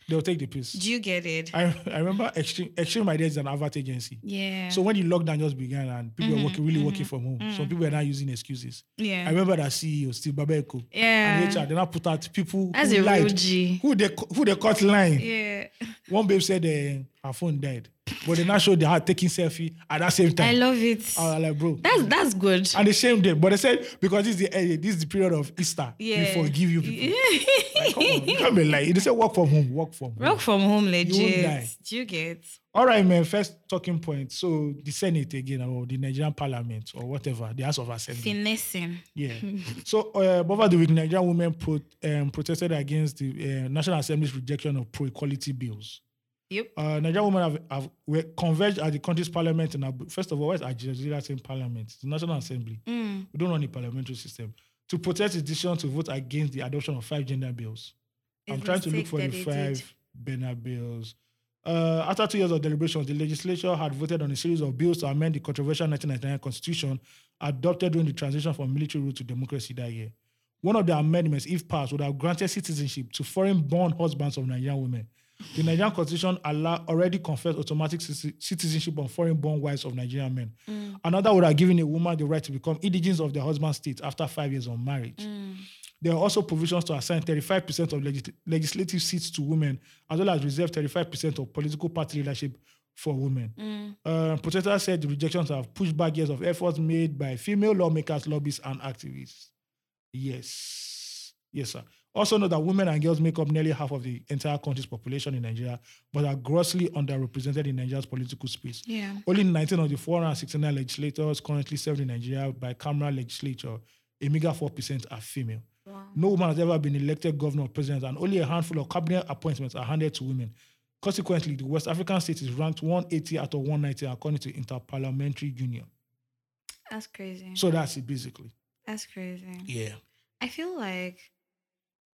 Speaker 2: They'll take the piss.
Speaker 3: Do you get it?
Speaker 2: I, I remember Extreme, Extreme Ideas is an advert agency.
Speaker 3: yeah. Mm-hmm,
Speaker 2: So when the lockdown just began and people were working, really working from home, some people are now using excuses. I
Speaker 3: mm. yeah.
Speaker 2: remember that CEO, Steve Babeko,
Speaker 3: yeah.
Speaker 2: and HR, they now put out people
Speaker 3: That's
Speaker 2: who
Speaker 3: a real
Speaker 2: lied,
Speaker 3: G.
Speaker 2: who they, who they caught lying.
Speaker 3: yeah.
Speaker 2: One babe said uh, her phone died, but they now showed they had taking selfie at that same
Speaker 3: I
Speaker 2: time.
Speaker 3: love it.
Speaker 2: I was like, bro.
Speaker 3: that's that's good.
Speaker 2: and they shamed them, but they said because this is the eh, this is the period of Easter,
Speaker 3: Yeah.
Speaker 2: we forgive you people. Like, come on, you can't be lying. They said work from home, work from home.
Speaker 3: Work from home,
Speaker 2: won't die.
Speaker 3: legit. Do you get?
Speaker 2: All right, man. First talking point. So the Senate again, or the Nigerian Parliament, or whatever, the House of Assembly.
Speaker 3: Finessing.
Speaker 2: Yeah. so, uh, over the week, Nigerian women pro- um, protested against the uh, National Assembly's rejection of pro equality bills.
Speaker 3: Yep.
Speaker 2: Uh, Nigerian women have, have were converged at the country's parliament. In Abu- First of all, where's Algeria's same parliament? It's the National Assembly.
Speaker 3: Mm,
Speaker 2: We don't run a parliamentary system. To protest its decision to vote against the adoption of five gender bills.
Speaker 3: A
Speaker 2: I'm trying to look
Speaker 3: mistake
Speaker 2: for
Speaker 3: that
Speaker 2: the
Speaker 3: they
Speaker 2: five
Speaker 3: did.
Speaker 2: Bena bills. Uh, after two years of deliberations, the legislature had voted on a series of bills to amend the controversial 1999 constitution adopted during the transition from military rule to democracy that year. One of the amendments, if passed, would have granted citizenship to foreign-born husbands of Nigerian women. The Nigerian constitution allow, already confers automatic citi- citizenship on foreign-born wives of Nigerian men. Another would have given a woman the right to become indigents of their husband's state after five years of marriage.
Speaker 3: mm,
Speaker 2: There are also provisions to assign 35% of legis- legislative seats to women, as well as reserve 35% of political party leadership for women.
Speaker 3: mm.
Speaker 2: Uh, protesters said the rejections have pushed back years of efforts made by female lawmakers, lobbyists, and activists. Yes. Yes, sir. Also know that women and girls make up nearly half of the entire country's population in Nigeria, but are grossly underrepresented in Nigeria's political space.
Speaker 3: Yeah.
Speaker 2: Only 19 of the 469 legislators currently served in Nigeria by bicameral legislature, a meager 4% are female. No woman has ever been elected governor or president, and only a handful of cabinet appointments are handed to women. Consequently, the West African state is ranked 180 out of 190 according to Interparliamentary Union.
Speaker 3: That's crazy.
Speaker 2: So that's it, basically.
Speaker 3: That's crazy.
Speaker 2: Yeah.
Speaker 3: I feel like,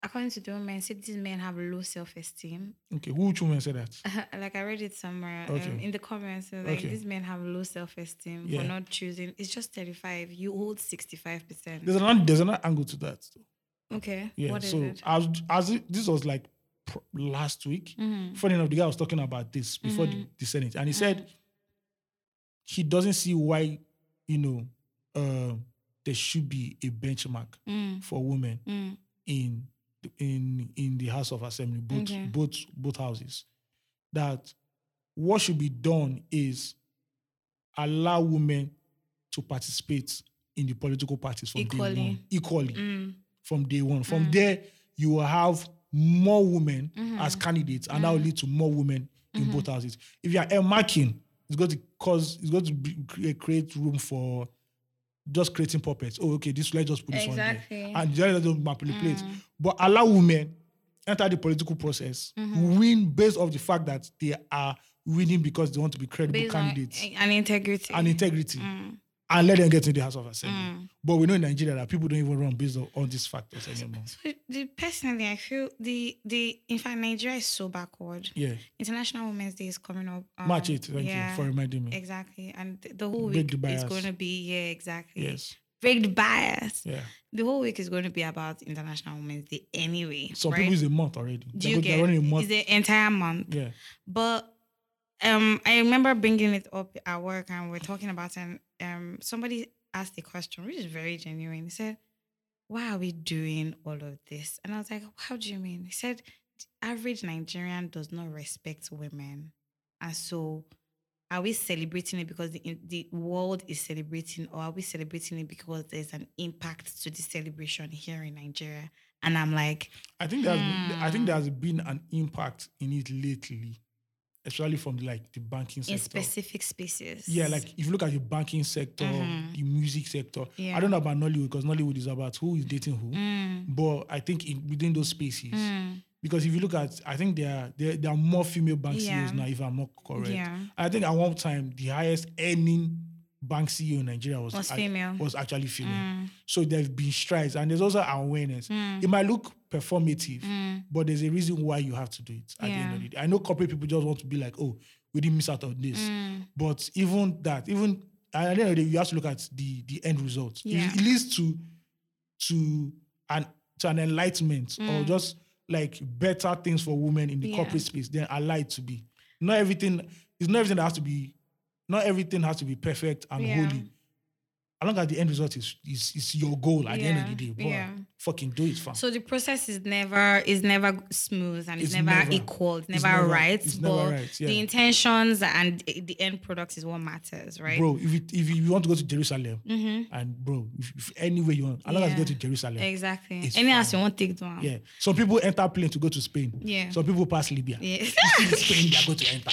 Speaker 3: according to the women, said these men have low self esteem.
Speaker 2: Okay. Who would women say that?
Speaker 3: like I read it somewhere um,
Speaker 2: Okay.
Speaker 3: in the comments. it was Like
Speaker 2: Okay.
Speaker 3: these men have low self esteem
Speaker 2: Yeah.
Speaker 3: for not choosing. It's just thirty five. You hold sixty five percent.
Speaker 2: There's another there's another angle to that.
Speaker 3: Okay.
Speaker 2: Yeah.
Speaker 3: What is
Speaker 2: so
Speaker 3: it?
Speaker 2: as as it- this was like pr- last week,
Speaker 3: Mm-hmm.
Speaker 2: funny enough, the guy was talking about this before the, the Senate, and he said he doesn't see why you know uh, there should be a benchmark for women
Speaker 3: Mm-hmm.
Speaker 2: in the- in in the House of Assembly, both both both houses. That what should be done is allow women to participate in the political parties from day
Speaker 3: Equally.
Speaker 2: one, equally from day one. From there, you will have more women as candidates, and that will lead to more women in both houses. If you are earmarking, it's going to cause, it's going to be, cre- create room for just creating puppets. Oh, okay, this let's just put this
Speaker 3: Exactly.
Speaker 2: one
Speaker 3: Mm.
Speaker 2: there, and the other don't manipulate. But allow women enter the political process,
Speaker 3: Mm-hmm.
Speaker 2: win based off the fact that they are winning because they want to be credible
Speaker 3: Based on e-, mm.
Speaker 2: candidates
Speaker 3: an integrity.
Speaker 2: and integrity and let them get into the House of Assembly.
Speaker 3: Mm.
Speaker 2: But we know in Nigeria that people don't even run based on, on these factors anymore.
Speaker 3: So the, personally, I feel the the in fact Nigeria is so backward.
Speaker 2: Yeah.
Speaker 3: International Women's Day is coming up. um,
Speaker 2: March 8th, thank
Speaker 3: yeah,
Speaker 2: you for reminding me.
Speaker 3: Exactly, and th- the whole
Speaker 2: Break
Speaker 3: week
Speaker 2: the
Speaker 3: is
Speaker 2: bias.
Speaker 3: going to be yeah, exactly.
Speaker 2: Yes.
Speaker 3: break the bias.
Speaker 2: Yeah.
Speaker 3: The whole week is going to be about International Women's Day anyway.
Speaker 2: Some
Speaker 3: right?
Speaker 2: people is a month already.
Speaker 3: do
Speaker 2: They're
Speaker 3: you
Speaker 2: go- they're
Speaker 3: get
Speaker 2: running a
Speaker 3: it's
Speaker 2: month.
Speaker 3: the entire month.
Speaker 2: yeah.
Speaker 3: But um, I remember bringing it up at work, and we're talking about it. And um, somebody asked a question, which is very genuine. He said, "Why are we doing all of this?" And I was like, "How do you mean?" He said, "The average Nigerian does not respect women, and so." Are we celebrating it because the, the world is celebrating, or are we celebrating it because there's an impact to the celebration here in Nigeria? And I'm like,
Speaker 2: I think there's I think
Speaker 3: Hmm.
Speaker 2: there's been an impact in it lately, especially from like the banking
Speaker 3: in
Speaker 2: sector.
Speaker 3: specific spaces.
Speaker 2: Yeah, like if you look at the banking sector, the music sector.
Speaker 3: Mm-hmm. Yeah. Mm.
Speaker 2: I don't know about Nollywood because Nollywood is about who is dating who. But I think in, within those spaces, because if you look at, I think there are there, there are more female bank
Speaker 3: Yeah.
Speaker 2: CEOs now, if I'm not correct.
Speaker 3: Yeah.
Speaker 2: I think at one time the highest earning bank CEO in Nigeria was
Speaker 3: Was
Speaker 2: ac-
Speaker 3: female. Mm.
Speaker 2: Was actually female. So there have been strides, and there's also awareness. It might look performative,
Speaker 3: mm,
Speaker 2: but there's a reason why you have to do it at the end
Speaker 3: Yeah.
Speaker 2: of the day. I know corporate people just want to be like, oh, we didn't miss out on this.
Speaker 3: Mm.
Speaker 2: But even that, even at the end of the day, you have to look at the the end result. It-
Speaker 3: Yeah.
Speaker 2: It leads to to an to an enlightenment or just like better things for women in the
Speaker 3: Mm. Yeah.
Speaker 2: corporate space than allied to be. Not everything it's not everything that has to be not everything has to be perfect and
Speaker 3: Yeah.
Speaker 2: holy. As long as the end result is is, is your goal at the end
Speaker 3: Yeah,
Speaker 2: of the day, boy,
Speaker 3: yeah.
Speaker 2: fucking do it fam.
Speaker 3: So the process is never is never smooth and it's,
Speaker 2: It's
Speaker 3: never,
Speaker 2: never.
Speaker 3: equal, it's
Speaker 2: It's
Speaker 3: never,
Speaker 2: never-
Speaker 3: right.
Speaker 2: it's
Speaker 3: but
Speaker 2: never right, yeah.
Speaker 3: the intentions and the end product is what matters, right? Mm-hmm.
Speaker 2: Bro, if you, if you want to go to Jerusalem, and bro, if, if any way you want, as long as you
Speaker 3: Yeah.
Speaker 2: go to Jerusalem,
Speaker 3: Exactly.
Speaker 2: It's
Speaker 3: Any else you
Speaker 2: fine.
Speaker 3: want take down.
Speaker 2: Yeah. Some people enter plane to go to Spain.
Speaker 3: Yeah.
Speaker 2: Some people pass Libya.
Speaker 3: Yeah.
Speaker 2: It's Spain they are going to enter.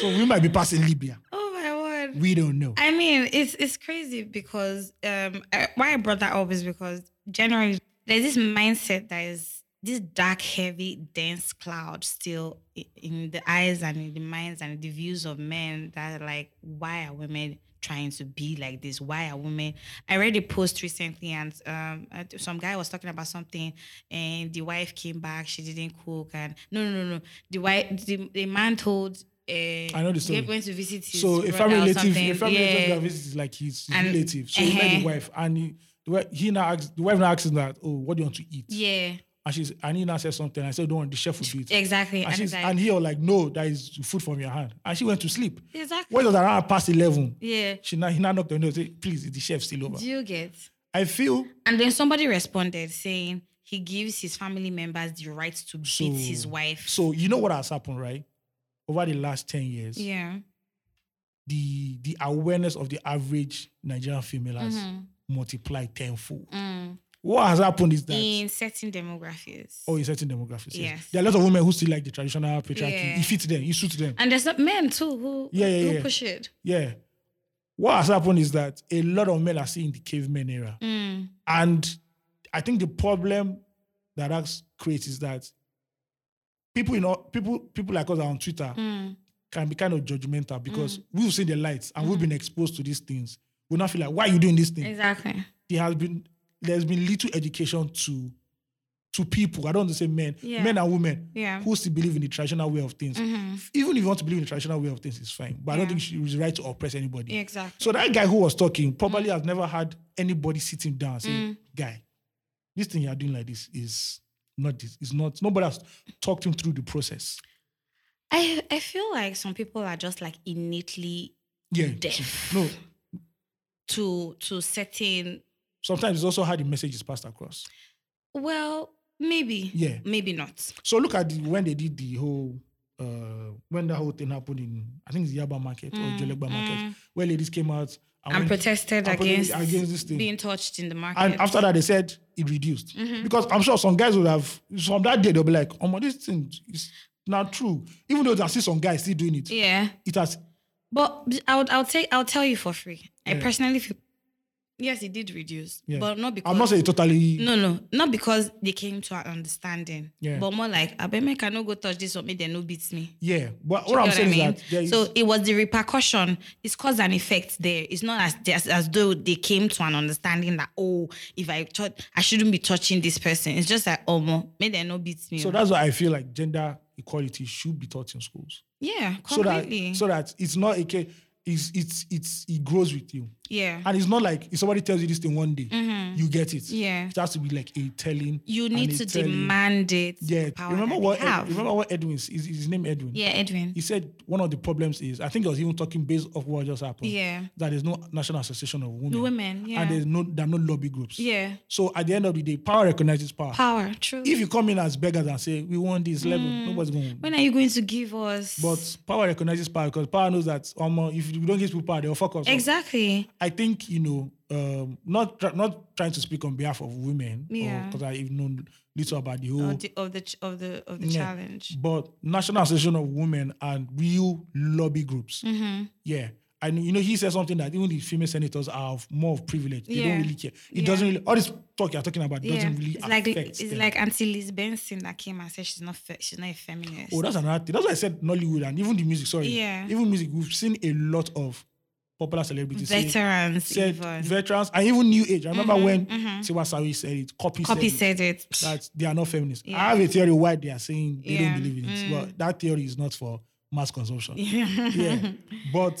Speaker 2: So we might be passing Libya.
Speaker 3: oh my word.
Speaker 2: We don't know.
Speaker 3: I mean, it's it's crazy because um I, why I brought that up is because generally there's this mindset that is this dark, heavy, dense cloud still i- in the eyes and in the minds and the views of men that are like, why are women trying to be like this? Why are women? I read a post recently and um, I th- some guy was talking about something and the wife came back, she didn't cook and no, no, no, no. The wife, the, the man told. Uh,
Speaker 2: I know the story.
Speaker 3: Going to visit his
Speaker 2: so a
Speaker 3: brother
Speaker 2: family
Speaker 3: or
Speaker 2: relative,
Speaker 3: something.
Speaker 2: a family
Speaker 3: Yeah.
Speaker 2: relative that visits is like his, his
Speaker 3: And-
Speaker 2: relative. So he met
Speaker 3: uh-huh.
Speaker 2: the wife, and he, the wife, he now asks, the wife now asks him that, oh, what do you want to eat?
Speaker 3: Yeah,
Speaker 2: And she's, and he now says something. I said, don't want the chef will do it.
Speaker 3: exactly.
Speaker 2: And,
Speaker 3: And
Speaker 2: she's,
Speaker 3: it's like-
Speaker 2: and he was like, no, that is food from your hand. And she went to sleep.
Speaker 3: Exactly.
Speaker 2: When it was around past eleven,
Speaker 3: yeah.
Speaker 2: she now he now knocked on the door, and said, please, is the chef still over?
Speaker 3: Do you get?
Speaker 2: I feel
Speaker 3: And then somebody responded saying he gives his family members the right to beat
Speaker 2: so.
Speaker 3: his wife.
Speaker 2: So you know what has happened, right? Over the last ten years,
Speaker 3: yeah.
Speaker 2: the the awareness of the average Nigerian female has multiplied tenfold.
Speaker 3: Mm-hmm. Mm.
Speaker 2: What has happened is that
Speaker 3: In certain demographics.
Speaker 2: Oh, in certain demographics. Yes.
Speaker 3: Yes.
Speaker 2: There are a lot of women who still like the traditional patriarchy.
Speaker 3: Yeah.
Speaker 2: It fits them, it suits them.
Speaker 3: And there's not men too who
Speaker 2: Yeah, yeah,
Speaker 3: who
Speaker 2: yeah.
Speaker 3: push it.
Speaker 2: Yeah. What has happened is that a lot of men are still in the caveman era.
Speaker 3: Mm.
Speaker 2: And I think the problem that that creates is that people, you know, people, people like us are on Twitter
Speaker 3: Mm.
Speaker 2: can be kind of judgmental because we've seen the lights and we've been exposed to these things. We now feel like, why are you doing this thing?
Speaker 3: Exactly.
Speaker 2: there has been there's been little education to to people. I don't want to say men,
Speaker 3: Yeah.
Speaker 2: men and women
Speaker 3: Yeah. Mm-hmm.
Speaker 2: who still believe in the traditional way of things. Even if you want to believe in the traditional way of things, it's fine. But I don't
Speaker 3: Yeah.
Speaker 2: think she is right to oppress anybody.
Speaker 3: Yeah, Mm. exactly.
Speaker 2: So that guy who was talking probably has never had anybody sit him down and say,
Speaker 3: Mm.
Speaker 2: "Guy, this thing you are doing like this is not this. It's not. Nobody has talked him through the process."
Speaker 3: I I feel like some people are just like innately
Speaker 2: Yeah.
Speaker 3: Deaf.
Speaker 2: No.
Speaker 3: to to certain
Speaker 2: Sometimes it's also how the message is passed across.
Speaker 3: well, maybe.
Speaker 2: Yeah.
Speaker 3: Maybe not.
Speaker 2: So look at the, when they did the whole uh, when that whole thing happened in I think it's Yaba Market or Jolegba Market where ladies came out
Speaker 3: Mm. And,
Speaker 2: went-
Speaker 3: protested
Speaker 2: and protested
Speaker 3: against,
Speaker 2: against this thing.
Speaker 3: being touched in the market.
Speaker 2: and after that they said it reduced
Speaker 3: Mm-hmm.
Speaker 2: because I'm sure some guys would have from that day they'll be like oh my this thing is not true even though there are still some guys still doing it
Speaker 3: yeah.
Speaker 2: it has
Speaker 3: But b- I'll I'll take I'll tell you for free. I personally feel yes, it did reduce,
Speaker 2: yeah.
Speaker 3: but not because
Speaker 2: I'm not saying it totally
Speaker 3: no no not because they came to an understanding.
Speaker 2: Yeah.
Speaker 3: But more like Abeme can no go touch this one, make them no beat me.
Speaker 2: yeah but
Speaker 3: You
Speaker 2: what I'm
Speaker 3: get
Speaker 2: saying
Speaker 3: I
Speaker 2: is that there
Speaker 3: mean?
Speaker 2: is,
Speaker 3: so it was the repercussion. It's cause and effect there. It's not as as, as though they came to an understanding that oh, if I touch, I shouldn't be touching this person. It's just like oh, mo, may they no beat me.
Speaker 2: so that's why I feel like gender equality should be taught in schools
Speaker 3: yeah,
Speaker 2: so that
Speaker 3: completely.
Speaker 2: so that it's not a case it's it's it's it grows with you
Speaker 3: yeah,
Speaker 2: And it's not like if somebody tells you this thing one day, you get it.
Speaker 3: Mm-hmm. Yeah.
Speaker 2: It has to be like a telling.
Speaker 3: you
Speaker 2: and
Speaker 3: need
Speaker 2: a
Speaker 3: to
Speaker 2: telling.
Speaker 3: demand it.
Speaker 2: Yeah.
Speaker 3: the power
Speaker 2: Remember
Speaker 3: that
Speaker 2: what?
Speaker 3: they
Speaker 2: Ed-
Speaker 3: have.
Speaker 2: remember what Edwin is? Is His name Edwin.
Speaker 3: yeah, Edwin.
Speaker 2: He said one of the problems is I think I was even talking based off what just happened.
Speaker 3: Yeah.
Speaker 2: That there's no national association of women.
Speaker 3: women, yeah.
Speaker 2: And there's no there are no lobby groups.
Speaker 3: Yeah.
Speaker 2: So at the end of the day, power recognizes power.
Speaker 3: Power, true.
Speaker 2: If you come in as beggars and say we want this level, nobody's going. to
Speaker 3: Mm. when are you going to give us?
Speaker 2: But power recognizes power because power knows that um, if you don't give people power, they'll fuck us. up.
Speaker 3: exactly.
Speaker 2: I think you know, um, not tr- not trying to speak on behalf of women,
Speaker 3: Yeah. Oh,
Speaker 2: because I even know little about the whole.
Speaker 3: Of the of the ch- of the of the
Speaker 2: Yeah.
Speaker 3: challenge.
Speaker 2: But National Association of Women and real lobby groups,
Speaker 3: Mm-hmm.
Speaker 2: yeah. And you know, he said something that even the female senators are of more of privilege. They
Speaker 3: Yeah.
Speaker 2: don't really care. It
Speaker 3: Yeah.
Speaker 2: doesn't really. All this talk you're talking about
Speaker 3: Yeah,
Speaker 2: doesn't really
Speaker 3: it's like
Speaker 2: affect
Speaker 3: it's
Speaker 2: them.
Speaker 3: like Auntie Liz Benson that came and said she's not fe- she's not a feminist.
Speaker 2: Oh, that's another thing. That's why I said Nollywood and even the music. Sorry,
Speaker 3: Yeah.
Speaker 2: Even music, we've seen a lot of popular celebrities. say-
Speaker 3: Veterans
Speaker 2: said
Speaker 3: even.
Speaker 2: veterans and even new age. I remember when Tiwa Sawi said it, Copy,
Speaker 3: Copy
Speaker 2: said,
Speaker 3: said it.
Speaker 2: it, that they are not feminists.
Speaker 3: Yeah.
Speaker 2: I have a theory why they are saying they
Speaker 3: Yeah. Mm.
Speaker 2: don't believe in it. But that theory is not for mass consumption.
Speaker 3: Yeah.
Speaker 2: Yeah. But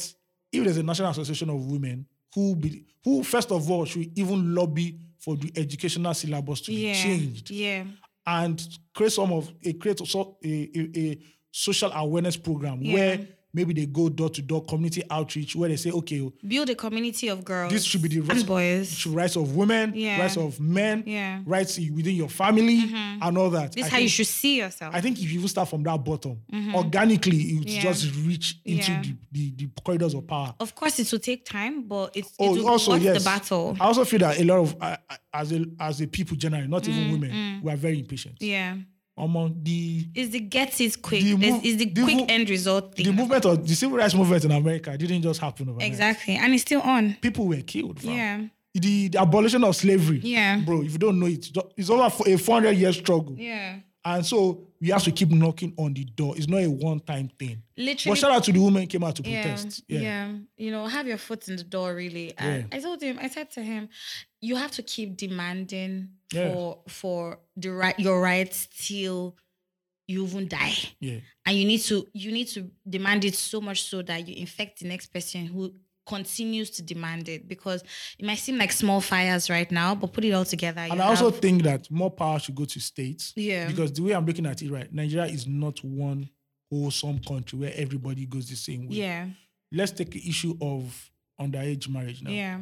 Speaker 2: if there's a National Association of Women who be, who first of all should even lobby for the educational syllabus to
Speaker 3: yeah.
Speaker 2: be changed
Speaker 3: Yeah.
Speaker 2: and create some of a create so, a, a, a social awareness program
Speaker 3: Yeah.
Speaker 2: where maybe they go door to door community outreach where they say okay oh,
Speaker 3: Build a community of girls.
Speaker 2: this should be the
Speaker 3: and boys.
Speaker 2: should rights of women,
Speaker 3: Yeah.
Speaker 2: rights of men,
Speaker 3: Yeah. Mm-hmm.
Speaker 2: rights within your family, and all that.
Speaker 3: this
Speaker 2: I
Speaker 3: is how you
Speaker 2: think-
Speaker 3: should see yourself.
Speaker 2: I think if you even start from that bottom, organically, it would
Speaker 3: Yeah.
Speaker 2: just reach into
Speaker 3: Yeah.
Speaker 2: the, the, the corridors of power.
Speaker 3: of course, it will take time, but it's it
Speaker 2: Oh,
Speaker 3: will
Speaker 2: also
Speaker 3: worth
Speaker 2: yes.
Speaker 3: the battle.
Speaker 2: I also feel that a lot of uh, as a as a people generally, not even women, we are very impatient.
Speaker 3: Mm, yeah.
Speaker 2: Among the
Speaker 3: It's the get it quick.
Speaker 2: The
Speaker 3: It's
Speaker 2: mov-
Speaker 3: it's the,
Speaker 2: the
Speaker 3: quick
Speaker 2: mov-
Speaker 3: end result thing.
Speaker 2: the movement of the civil rights movement in America didn't just happen overnight.
Speaker 3: Exactly. And it's still on.
Speaker 2: People were killed. fam.
Speaker 3: Yeah.
Speaker 2: the, the abolition of slavery.
Speaker 3: Yeah.
Speaker 2: Bro, if you don't know it, it's over for a 400 year struggle.
Speaker 3: Yeah.
Speaker 2: And so we have to keep knocking on the door. It's not a one time thing.
Speaker 3: Literally.
Speaker 2: But shout out to the women who came out to
Speaker 3: yeah,
Speaker 2: protest.
Speaker 3: yeah. You know, have your foot in the door, really. And I told him, I said to him, you have to keep demanding
Speaker 2: Yeah.
Speaker 3: for for the right your rights till you even die.
Speaker 2: Yeah.
Speaker 3: And you need to you need to demand it so much so that you infect the next person who continues to demand it because it might seem like small fires right now, but put it all together.
Speaker 2: And
Speaker 3: you
Speaker 2: I also
Speaker 3: have-
Speaker 2: think that more power should go to states.
Speaker 3: Yeah.
Speaker 2: Because the way I'm looking at it, right, Nigeria is not one wholesome country where everybody goes the same way.
Speaker 3: yeah,
Speaker 2: Let's take the issue of underage marriage now.
Speaker 3: yeah,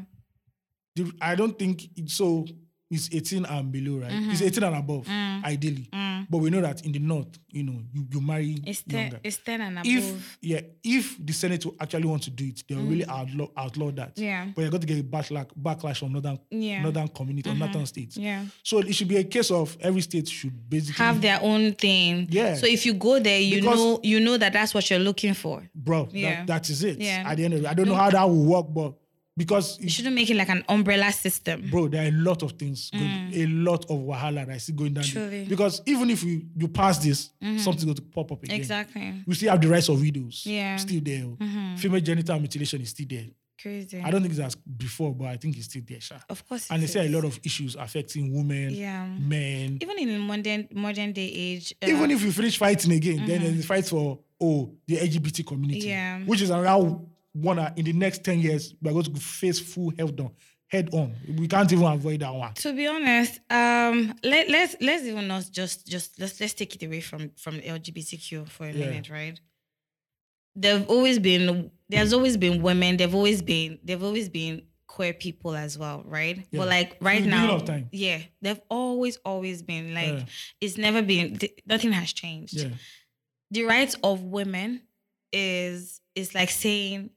Speaker 2: The- I don't think it, so. It's 18 and below, right?
Speaker 3: Mm-hmm.
Speaker 2: It's 18 and above,
Speaker 3: Mm.
Speaker 2: ideally. But we know that in the north, you know, you, you marry
Speaker 3: it's ten,
Speaker 2: younger.
Speaker 3: it's ten and above. Mm.
Speaker 2: if yeah, if the Senate will actually want to do it, they'll really outlaw, outlaw that.
Speaker 3: Yeah.
Speaker 2: But you're going to get a backlash, backlash from northern
Speaker 3: Yeah. Mm-hmm.
Speaker 2: northern community or northern states.
Speaker 3: yeah.
Speaker 2: So it should be a case of every state should basically
Speaker 3: have their own thing.
Speaker 2: Yeah.
Speaker 3: So if you go there, you
Speaker 2: Because-
Speaker 3: know you know that that's what you're looking for.
Speaker 2: bro.
Speaker 3: Yeah.
Speaker 2: That, that is it.
Speaker 3: Yeah.
Speaker 2: At the end of it, I don't know how that will work, but because
Speaker 3: You
Speaker 2: it,
Speaker 3: shouldn't make it like an umbrella system.
Speaker 2: bro, there are a lot of things, going, a lot of wahala that I see going down. there.
Speaker 3: Mm. Truly. Mm-hmm.
Speaker 2: Because even if you you pass this, something's going to pop up again.
Speaker 3: Exactly.
Speaker 2: We still have the rights of widows.
Speaker 3: Yeah. Mm-hmm.
Speaker 2: Still there. Female genital mutilation is still there.
Speaker 3: Crazy.
Speaker 2: I don't think it's as before, but I think it's still there, sha.
Speaker 3: of course.
Speaker 2: and
Speaker 3: it
Speaker 2: they say a
Speaker 3: is.
Speaker 2: lot of issues affecting women,
Speaker 3: Yeah.
Speaker 2: men.
Speaker 3: even in modern modern day age. uh,
Speaker 2: Even if you finish fighting again, then there's a fight for oh the LGBT community,
Speaker 3: Mm-hmm. Yeah.
Speaker 2: which is around one that in the next ten years we are going to face full head on, head on. We can't even avoid that one.
Speaker 3: to be honest, um, let let's let's even not just just let's let's take it away from from LGBTQ for a
Speaker 2: Yeah.
Speaker 3: minute, right? There've always been there's always been women. There've always been there've always been queer people as well, right?
Speaker 2: Yeah.
Speaker 3: But like
Speaker 2: Since
Speaker 3: right
Speaker 2: the
Speaker 3: now,
Speaker 2: beginning of time.
Speaker 3: yeah, they've always always been like
Speaker 2: Yeah.
Speaker 3: it's never been th- nothing has changed
Speaker 2: Yeah,
Speaker 3: the rights of women is is like saying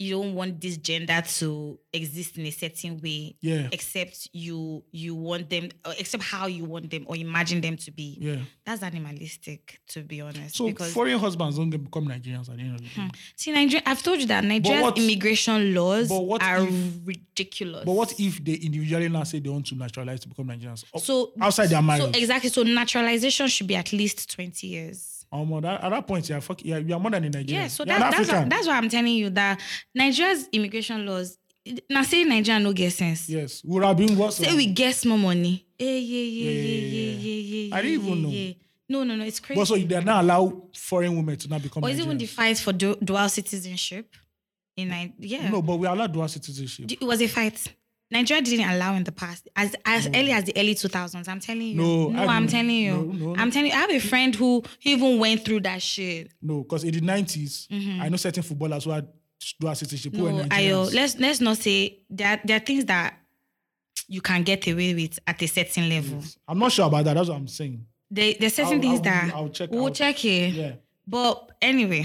Speaker 3: you don't want this gender to exist in a certain way
Speaker 2: yeah,
Speaker 3: except you you want them or except how you want them or imagine them to be
Speaker 2: yeah.
Speaker 3: that's animalistic to be honest
Speaker 2: So
Speaker 3: because Hmm.
Speaker 2: foreign husbands don't get- become Nigerians at the end of the day.
Speaker 3: see nigeria i've told you that nigeria's
Speaker 2: what-
Speaker 3: immigration laws
Speaker 2: but what
Speaker 3: are
Speaker 2: if-
Speaker 3: ridiculous
Speaker 2: But what if they individually now say they want to naturalize to become Nigerians? O-
Speaker 3: so
Speaker 2: outside their marriage,
Speaker 3: so exactly so naturalization should be at least 20 years
Speaker 2: Um, at that- at that point, you're fuck, you're, you're more than a Nigerian.
Speaker 3: Yeah, so
Speaker 2: You're an
Speaker 3: that, that's, why,
Speaker 2: African.
Speaker 3: that's why I'm telling you that Nigeria's immigration laws, now saying Nigeria no get sense.
Speaker 2: yes. Would have been worse.
Speaker 3: Say we get small money. Eh, Yeah, yeah, yeah, yeah,
Speaker 2: yeah,
Speaker 3: yeah, yeah, yeah.
Speaker 2: I didn't even know.
Speaker 3: know. No, no, no, it's crazy.
Speaker 2: But so they are not allow foreign women to not become.
Speaker 3: or is it when
Speaker 2: Nigerians.
Speaker 3: the fight for du- dual citizenship? In Ni- yeah,
Speaker 2: No, but we allow dual citizenship.
Speaker 3: D- it was a fight. Nigeria didn't allow in the past, as as early as the early 2000s. I'm telling you.
Speaker 2: No,
Speaker 3: no
Speaker 2: I
Speaker 3: I'm
Speaker 2: don't-
Speaker 3: telling you.
Speaker 2: no, no, no.
Speaker 3: I'm telling you. I have a friend who even went through that shit.
Speaker 2: no, because in the 90s, I know certain footballers who had dual citizenship. who were
Speaker 3: Mm-hmm. No, Ayo,
Speaker 2: Nigerians.
Speaker 3: let's let's not say that there are things that you can get away with at a certain level.
Speaker 2: I'm not sure about that. That's what I'm saying.
Speaker 3: There, there's certain
Speaker 2: I'll-
Speaker 3: things
Speaker 2: I'll-
Speaker 3: that
Speaker 2: I'll check
Speaker 3: we'll
Speaker 2: out.
Speaker 3: check it.
Speaker 2: Yeah.
Speaker 3: But anyway,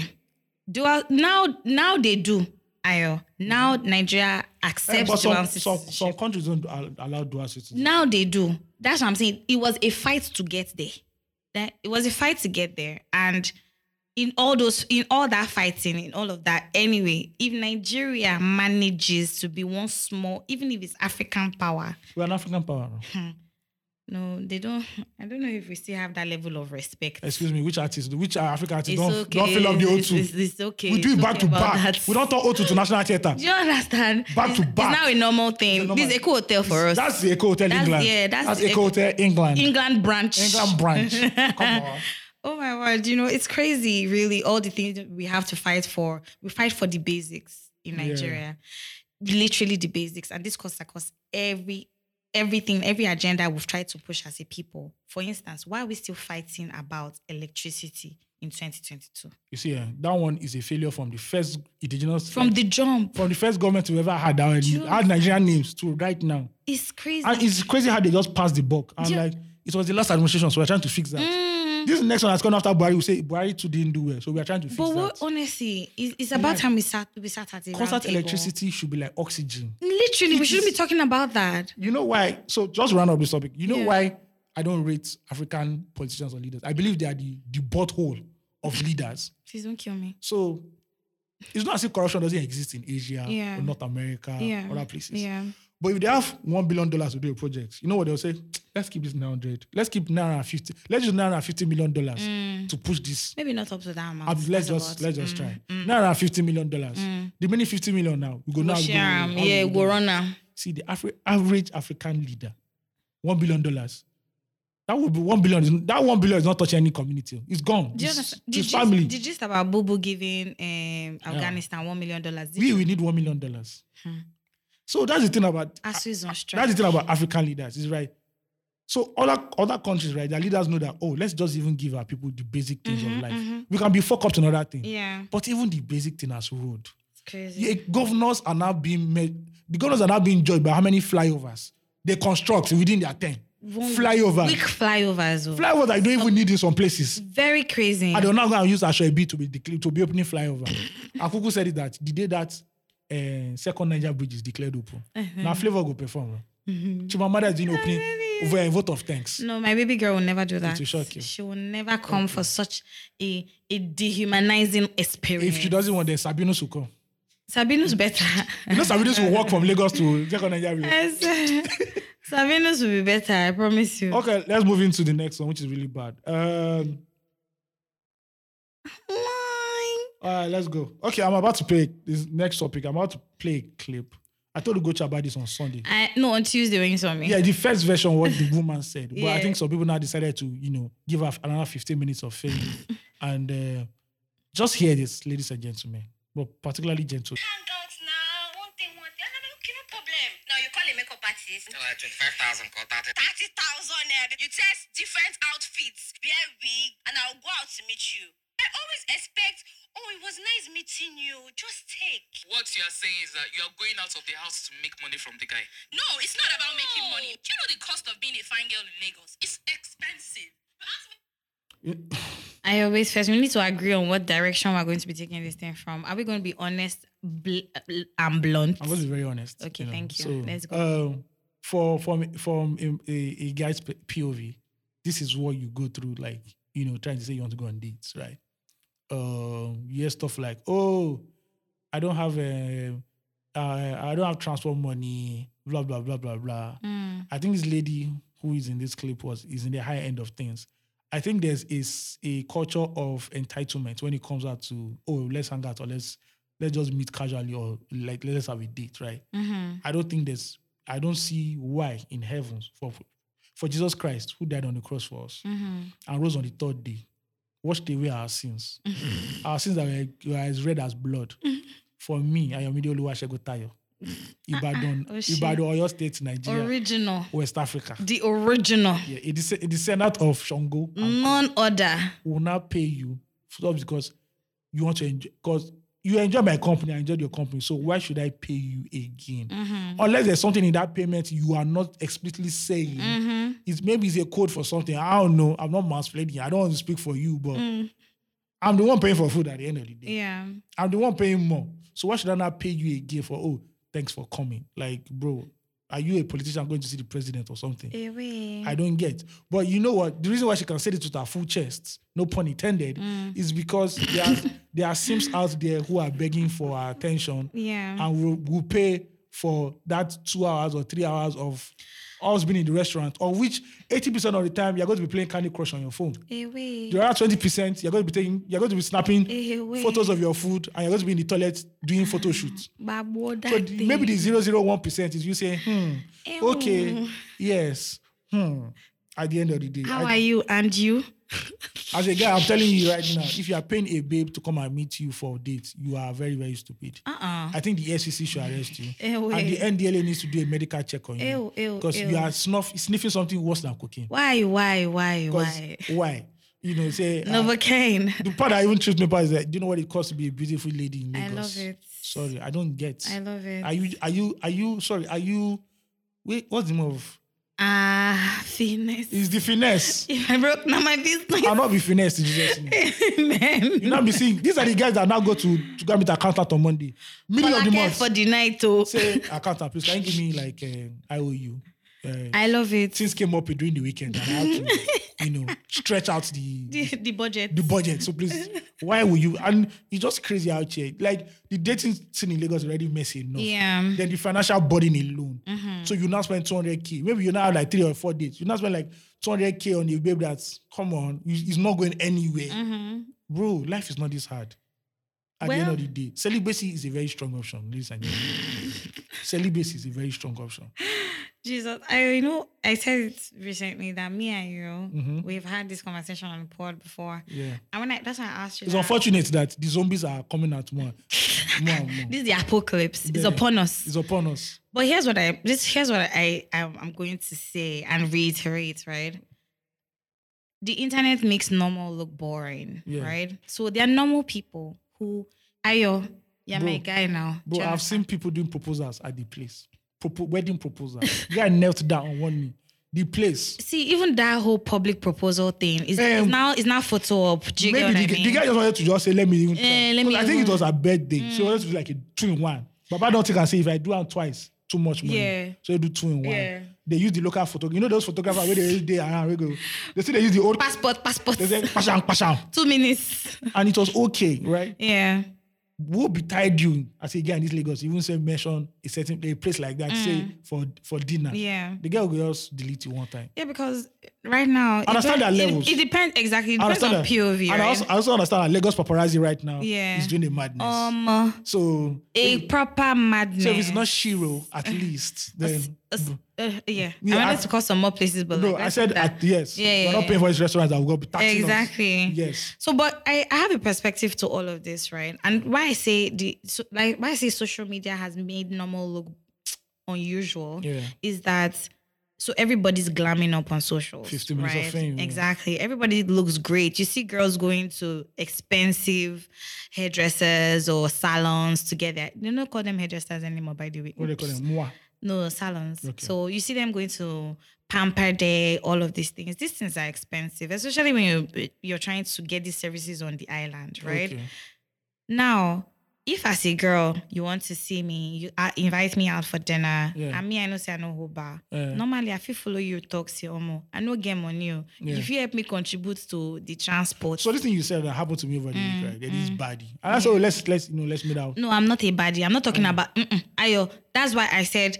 Speaker 3: dual now now they do. Ayo, now Nigeria
Speaker 2: Mm-hmm. Eh,
Speaker 3: accepts
Speaker 2: but
Speaker 3: dual
Speaker 2: some, some,
Speaker 3: citizenship.
Speaker 2: some countries don't al- allow dual citizenship.
Speaker 3: now they do. That's what I'm saying. It was a fight to get there. That it was a fight to get there, and in all those, in all that fighting, in all of that, anyway, if Nigeria manages to be one small, even if it's African power,
Speaker 2: We're an African power. now.
Speaker 3: no, they don't. I don't know if we still have that level of respect.
Speaker 2: Excuse me, which artist? Which are African artist?
Speaker 3: It's
Speaker 2: Don't,
Speaker 3: okay.
Speaker 2: don't fill up the
Speaker 3: It's,
Speaker 2: O2.
Speaker 3: it's, it's okay.
Speaker 2: we do it
Speaker 3: It's
Speaker 2: back
Speaker 3: okay
Speaker 2: to
Speaker 3: about
Speaker 2: back.
Speaker 3: that.
Speaker 2: We don't talk O2 to National Theatre.
Speaker 3: Do you understand?
Speaker 2: Back
Speaker 3: it's,
Speaker 2: to back.
Speaker 3: It's now a normal thing.
Speaker 2: It's a normal-
Speaker 3: This is Eco Hotel for us.
Speaker 2: That's the Eco Hotel
Speaker 3: That's-
Speaker 2: England.
Speaker 3: yeah, that's the
Speaker 2: Eco Hotel England.
Speaker 3: England branch.
Speaker 2: England branch. Come on.
Speaker 3: Oh my word, you know, it's crazy, really, all the things that we have to fight for. We fight for the basics in Nigeria. Literally the basics. And this costs across every everything, every agenda we've tried to push as a people. For instance, why are we still fighting about electricity in 2022?
Speaker 2: You see, eh, that one is a failure from the first indigenous
Speaker 3: From the jump.
Speaker 2: from the first government we ever had our had Nigerian names to right now.
Speaker 3: It's crazy.
Speaker 2: And it's crazy how they just passed the buck. And like it was the last administration, so we're trying to fix that.
Speaker 3: Mm.
Speaker 2: This next one that's coming after Buhari will say Buhari too didn't do well. So we are trying to fix
Speaker 3: but what,
Speaker 2: that.
Speaker 3: honestly, it's, it's about time we sat we sat at a round
Speaker 2: Constant
Speaker 3: table.
Speaker 2: electricity should be like oxygen.
Speaker 3: Literally, we
Speaker 2: It
Speaker 3: shouldn't
Speaker 2: is-
Speaker 3: be talking about that.
Speaker 2: You know why? So just round up this topic. You know
Speaker 3: Yeah.
Speaker 2: why I don't rate African politicians or leaders? I believe they are the, the butthole of leaders.
Speaker 3: Please don't kill me.
Speaker 2: So it's not as if corruption doesn't exist in Asia
Speaker 3: Yeah.
Speaker 2: or North America
Speaker 3: Yeah.
Speaker 2: or other places.
Speaker 3: Yeah.
Speaker 2: But if they have one billion dollars to do a project, you know what they'll say? Let's keep this 900. Let's keep 950. Let's use 950 million dollars to push this.
Speaker 3: Maybe not up to that amount.
Speaker 2: Ab- let's
Speaker 3: Mm. That's Mm. a
Speaker 2: just
Speaker 3: lot.
Speaker 2: let's just try. 950 million dollars. The many 50 million now. We go now.
Speaker 3: We'll
Speaker 2: we go-
Speaker 3: share am.
Speaker 2: how we
Speaker 3: Yeah,
Speaker 2: go
Speaker 3: go
Speaker 2: do
Speaker 3: run am.
Speaker 2: see the Afri- average African leader, one billion dollars. That would be one billion. is- That one billion is not touching any community. It's gone.
Speaker 3: Do you
Speaker 2: It's-
Speaker 3: understand?
Speaker 2: it's
Speaker 3: The gist-
Speaker 2: family.
Speaker 3: The gist about Bubu giving um, Afghanistan one million dollars.
Speaker 2: we we need one million dollars.
Speaker 3: Hmm.
Speaker 2: So that's the thing about
Speaker 3: ASU is on strike.
Speaker 2: that's the thing about African leaders. Is right. So other other countries, right, their leaders know that oh, let's just even give our people the basic things of life. We can be fuck up to another thing,
Speaker 3: Yeah,
Speaker 2: but even the basic thing as road.
Speaker 3: it's crazy.
Speaker 2: Yeah, governors are now being made. The governors are now being judged by how many flyovers they construct within their time. Flyover.
Speaker 3: Quick flyovers. oh.
Speaker 2: Flyovers I don't even need in some places.
Speaker 3: Very crazy.
Speaker 2: And they're not going to use Ashoebi to be declared to be opening flyover. Akuku said it that the day that uh, second Niger bridge is declared open, now Flavor go perform. Mm-hmm. Chimamanda is doing opening over a vote of thanks.
Speaker 3: No, my baby girl will never do that.
Speaker 2: will shock you.
Speaker 3: She will never come for such a, a dehumanizing experience.
Speaker 2: If she doesn't want, then Sabinus will come.
Speaker 3: Sabinus better.
Speaker 2: You know, Sabinus will walk from Lagos to second Niger bridge.
Speaker 3: Yes. Sabinus will be better, I promise you.
Speaker 2: Okay, let's move into the next one, which is really bad. Um,
Speaker 3: Mine.
Speaker 2: All right, let's go. Okay, I'm about to play this next topic. I'm about to play a clip. I told Ugocha about this on Sunday.
Speaker 3: I, no, on Tuesday when you saw me.
Speaker 2: Yeah, the first version what the woman said, but I
Speaker 3: Yeah.
Speaker 2: think some people now decided to, you know, give her another 15 minutes of fame. and uh, just hear this, ladies and gentlemen, but particularly gentle.
Speaker 7: handouts now. One thing, one thing. And I'm okay, no problem. Now you call a makeup artist.
Speaker 8: Uh, 25,000 call 30.
Speaker 7: 30,000 naira. You test different outfits, wear wig, and I'll go out to meet you. I always expect, oh, it was nice meeting you. Just take.
Speaker 8: What you are saying is that you are going out of the house to make money from the guy.
Speaker 7: No, it's not about making money. Do you know the cost of being a fine girl in Lagos? It's expensive. You ask me
Speaker 3: I always first, we need to agree on what direction we're going to be taking this thing from. Are we going to be honest bl- and blunt?
Speaker 2: I'm going to be very honest.
Speaker 3: Okay, thank you. Let's
Speaker 2: Um, for from from a, a, a guy's p- POV, this is what you go through, like you know, trying to say you want to go on dates, right? Um, you hear stuff like, "Oh, I don't have a, I, I don't have transport money," blah blah blah blah blah.
Speaker 3: Mm.
Speaker 2: I think this lady who is in this clip was is in the high end of things. I think there's is a culture of entitlement when it comes out to oh let's hang out or let's let's just meet casually or like let's have a date, right?
Speaker 3: Mm-hmm,
Speaker 2: I don't think there's I don't see why in heaven for for Jesus Christ who died on the cross for us
Speaker 3: mm-hmm.
Speaker 2: and rose on the third day, washed away our sins, our sins that were, were as red as blood. for me, I am Oluwasegun Ibadan,
Speaker 3: Oh, shit. Oh,
Speaker 2: Ibadan, Oyo State, Nigeria.
Speaker 3: Original.
Speaker 2: West Africa.
Speaker 3: The original.
Speaker 2: Yeah, it is it is sent out of Shango and
Speaker 3: None other.
Speaker 2: will not pay you for- because you want to enjoy because you enjoy my company, I enjoyed your company. So why should I pay you again?
Speaker 3: Mm-hmm,
Speaker 2: Unless there's something in that payment you are not explicitly saying.
Speaker 3: Mm.
Speaker 2: It's maybe it's a code for something. I don't know. I'm not mansplaining. I don't want to speak for you,
Speaker 3: mm-hmm,
Speaker 2: but I'm the one paying for food at the end of the day.
Speaker 3: Mm. Yeah.
Speaker 2: I'm the one paying more. So why should I not pay you again for oh thanks for coming? Like, bro, are you a politician going to see the president or something? I don't get. But you know what? The reason why she can say it with her full chest, no pun intended, is because there are, there are sims out there who are begging for our attention
Speaker 3: Yeah.
Speaker 2: and will, will pay for that two hours or three hours of us being in the restaurant, of which 80% of the time you're going to be playing Candy Crush on your phone.
Speaker 3: Away.
Speaker 2: The other 20%, you're going to be taking, you're going to be snapping
Speaker 3: Eh, wait.
Speaker 2: photos of your food and you're going to be in the toilet doing photo shoots.
Speaker 3: Babo,
Speaker 2: So
Speaker 3: that
Speaker 2: the- maybe the 001% is you saying, hmm,
Speaker 3: thing.
Speaker 2: okay,
Speaker 3: Ew.
Speaker 2: yes, hmm. At the end of the day,
Speaker 3: How
Speaker 2: I-
Speaker 3: are you and you?
Speaker 2: as a guy, I'm telling you right now, if you are paying a babe to come and meet you for a date, you are very, very stupid.
Speaker 3: Uh-uh.
Speaker 2: I think the SEC should arrest you.
Speaker 3: Ew,
Speaker 2: and the
Speaker 3: ew.
Speaker 2: NDLA needs to do a medical check on
Speaker 3: Ew,
Speaker 2: you.
Speaker 3: ew,
Speaker 2: Because you
Speaker 3: ew.
Speaker 2: are snuff, sniffing something worse than cocaine.
Speaker 3: Why, why, why,
Speaker 2: 'Cause
Speaker 3: why?
Speaker 2: Why? You know, say. uh,
Speaker 3: Novocaine.
Speaker 2: the part I even choose me about is that do you know what it costs to be a beautiful lady in
Speaker 3: I
Speaker 2: Lagos?
Speaker 3: love it.
Speaker 2: Sorry, I don't get.
Speaker 3: I love it.
Speaker 2: Are you? Are you? Are you? Sorry, are you? Wait, what's the move?
Speaker 3: Ah, finesse.
Speaker 2: Is the finesse?
Speaker 3: If I broke now my business,
Speaker 2: I'll not be finesse in Jesus' name.
Speaker 3: man.
Speaker 2: You know, be seeing these are the guys that now go to to grab me the accountant on Monday, middle of the
Speaker 3: Folake
Speaker 2: month.
Speaker 3: for the night, oh.
Speaker 2: Say accountant, please can you give me like um IOU? uh,
Speaker 3: I love it.
Speaker 2: things came up during the weekend and I had to, you know, stretch out
Speaker 3: the,
Speaker 2: the
Speaker 3: the budget.
Speaker 2: the budget. So please, why will you? And it's just crazy out here. Like the dating scene in Lagos is already messy enough.
Speaker 3: Yeah. Mm-hmm.
Speaker 2: Then the financial burden alone. So you now spend 200k. Maybe you now have like three or four dates. You now spend like 200k on a babe that's come on, you- it's not going anywhere. Bro, life is not this hard. At the end
Speaker 3: Mm-hmm. Well-
Speaker 2: of the day, celibacy is a very strong option, ladies and gentlemen. celibacy is a very strong option.
Speaker 3: Jesus, I you know I said it recently that me and you, we've had this conversation on the pod before.
Speaker 2: Mm-hmm. Yeah.
Speaker 3: And when I that's why I asked you.
Speaker 2: It's
Speaker 3: that,
Speaker 2: unfortunate that the zombies are coming out more, more and more.
Speaker 3: This is the apocalypse. It's
Speaker 2: Yeah.
Speaker 3: upon us.
Speaker 2: It's upon us.
Speaker 3: But here's what I this here's what I I'm, I'm going to say and reiterate, right? The internet makes normal look boring,
Speaker 2: Yeah.
Speaker 3: right? So there are normal people who Ayo, you're my
Speaker 2: Bro.
Speaker 3: guy now.
Speaker 2: Bro,
Speaker 3: Do you
Speaker 2: I've seen
Speaker 3: understand?
Speaker 2: people doing proposals at the place. Propo- wedding proposals. Guy knelt down on one knee. The place.
Speaker 3: See, even that whole public proposal thing is is
Speaker 2: Um,
Speaker 3: now is now photo op. Do you get
Speaker 2: Maybe
Speaker 3: what
Speaker 2: the,
Speaker 3: I
Speaker 2: g-
Speaker 3: mean?
Speaker 2: the guy just wanted to just say, let me even try.
Speaker 3: Eh, let
Speaker 2: 'Cause
Speaker 3: me
Speaker 2: I think
Speaker 3: even- Mm.
Speaker 2: it was a birthday. So he wanted to do like a two in one. But I don't think I say if I do it twice, too much money.
Speaker 3: Yeah.
Speaker 2: So you do two in one.
Speaker 3: Yeah.
Speaker 2: They use the local photographer. You know those photographers where they they around, we go. They say they use the old
Speaker 3: passport, passport.
Speaker 2: they say pasham, pasham.
Speaker 3: Two minutes.
Speaker 2: And it was okay, right?
Speaker 3: Yeah.
Speaker 2: Who betide you as a guy in this Lagos? You won't say mention a certain a place like that, say for for dinner.
Speaker 3: Mm. Yeah.
Speaker 2: The girl will just delete you one time.
Speaker 3: Yeah, because right now it
Speaker 2: Understand
Speaker 3: depends-
Speaker 2: their
Speaker 3: it-
Speaker 2: levels.
Speaker 3: It, depends exactly. It
Speaker 2: I
Speaker 3: depends on
Speaker 2: understand that.
Speaker 3: POV.
Speaker 2: And I
Speaker 3: Right?
Speaker 2: also, I also understand that Lagos paparazzi right now
Speaker 3: Yeah.
Speaker 2: is doing a madness.
Speaker 3: um,
Speaker 2: so,
Speaker 3: a proper madness.
Speaker 2: so if it's Mm. not Shiro, at least then.
Speaker 3: Us- uh, yeah.
Speaker 2: Yeah,
Speaker 3: I wanted
Speaker 2: I-
Speaker 3: to call some more places, but
Speaker 2: Bro,
Speaker 3: like,
Speaker 2: I
Speaker 3: let's
Speaker 2: said
Speaker 3: do that.
Speaker 2: at yes.
Speaker 3: Yeah, yeah,
Speaker 2: we're not
Speaker 3: yeah.
Speaker 2: paying for his restaurant that we will be taxing us.
Speaker 3: Exactly.
Speaker 2: Yes.
Speaker 3: So, but I, I have a perspective to all of this, right? And
Speaker 2: Mm-hmm.
Speaker 3: why I say the so, like why I say social media has made normal look unusual
Speaker 2: Yeah.
Speaker 3: is that so everybody's glamming up on socials.
Speaker 2: 50 minutes of
Speaker 3: right?
Speaker 2: fame, yeah.
Speaker 3: Exactly. Everybody looks great. You see girls going to expensive hairdressers or salons to get their they don't call them hairdressers anymore, by the way.
Speaker 2: What do they call
Speaker 3: Oops.
Speaker 2: them? Moi.
Speaker 3: No, salons.
Speaker 2: Okay.
Speaker 3: So you see them going to Pamper Day, all of these things. These things are expensive, especially when you you're trying to get these services on the island, right?
Speaker 2: Okay.
Speaker 3: Now, if as a girl you want to see me, you uh, invite me out for dinner,
Speaker 2: Yeah.
Speaker 3: and me I know say I know who bar.
Speaker 2: Yeah.
Speaker 3: Normally I feel follow you talk say omo. I know get money. You.
Speaker 2: Yeah.
Speaker 3: If you help me contribute to the transport.
Speaker 2: So this thing you said that happened to me over the
Speaker 3: Mm,
Speaker 2: week, right? That is baddie. And I said, oh, let's let's you know let's meet out.
Speaker 3: No, I'm not a baddie. I'm not talking
Speaker 2: Mm.
Speaker 3: about. Mm-mm. Ayo, that's why I said,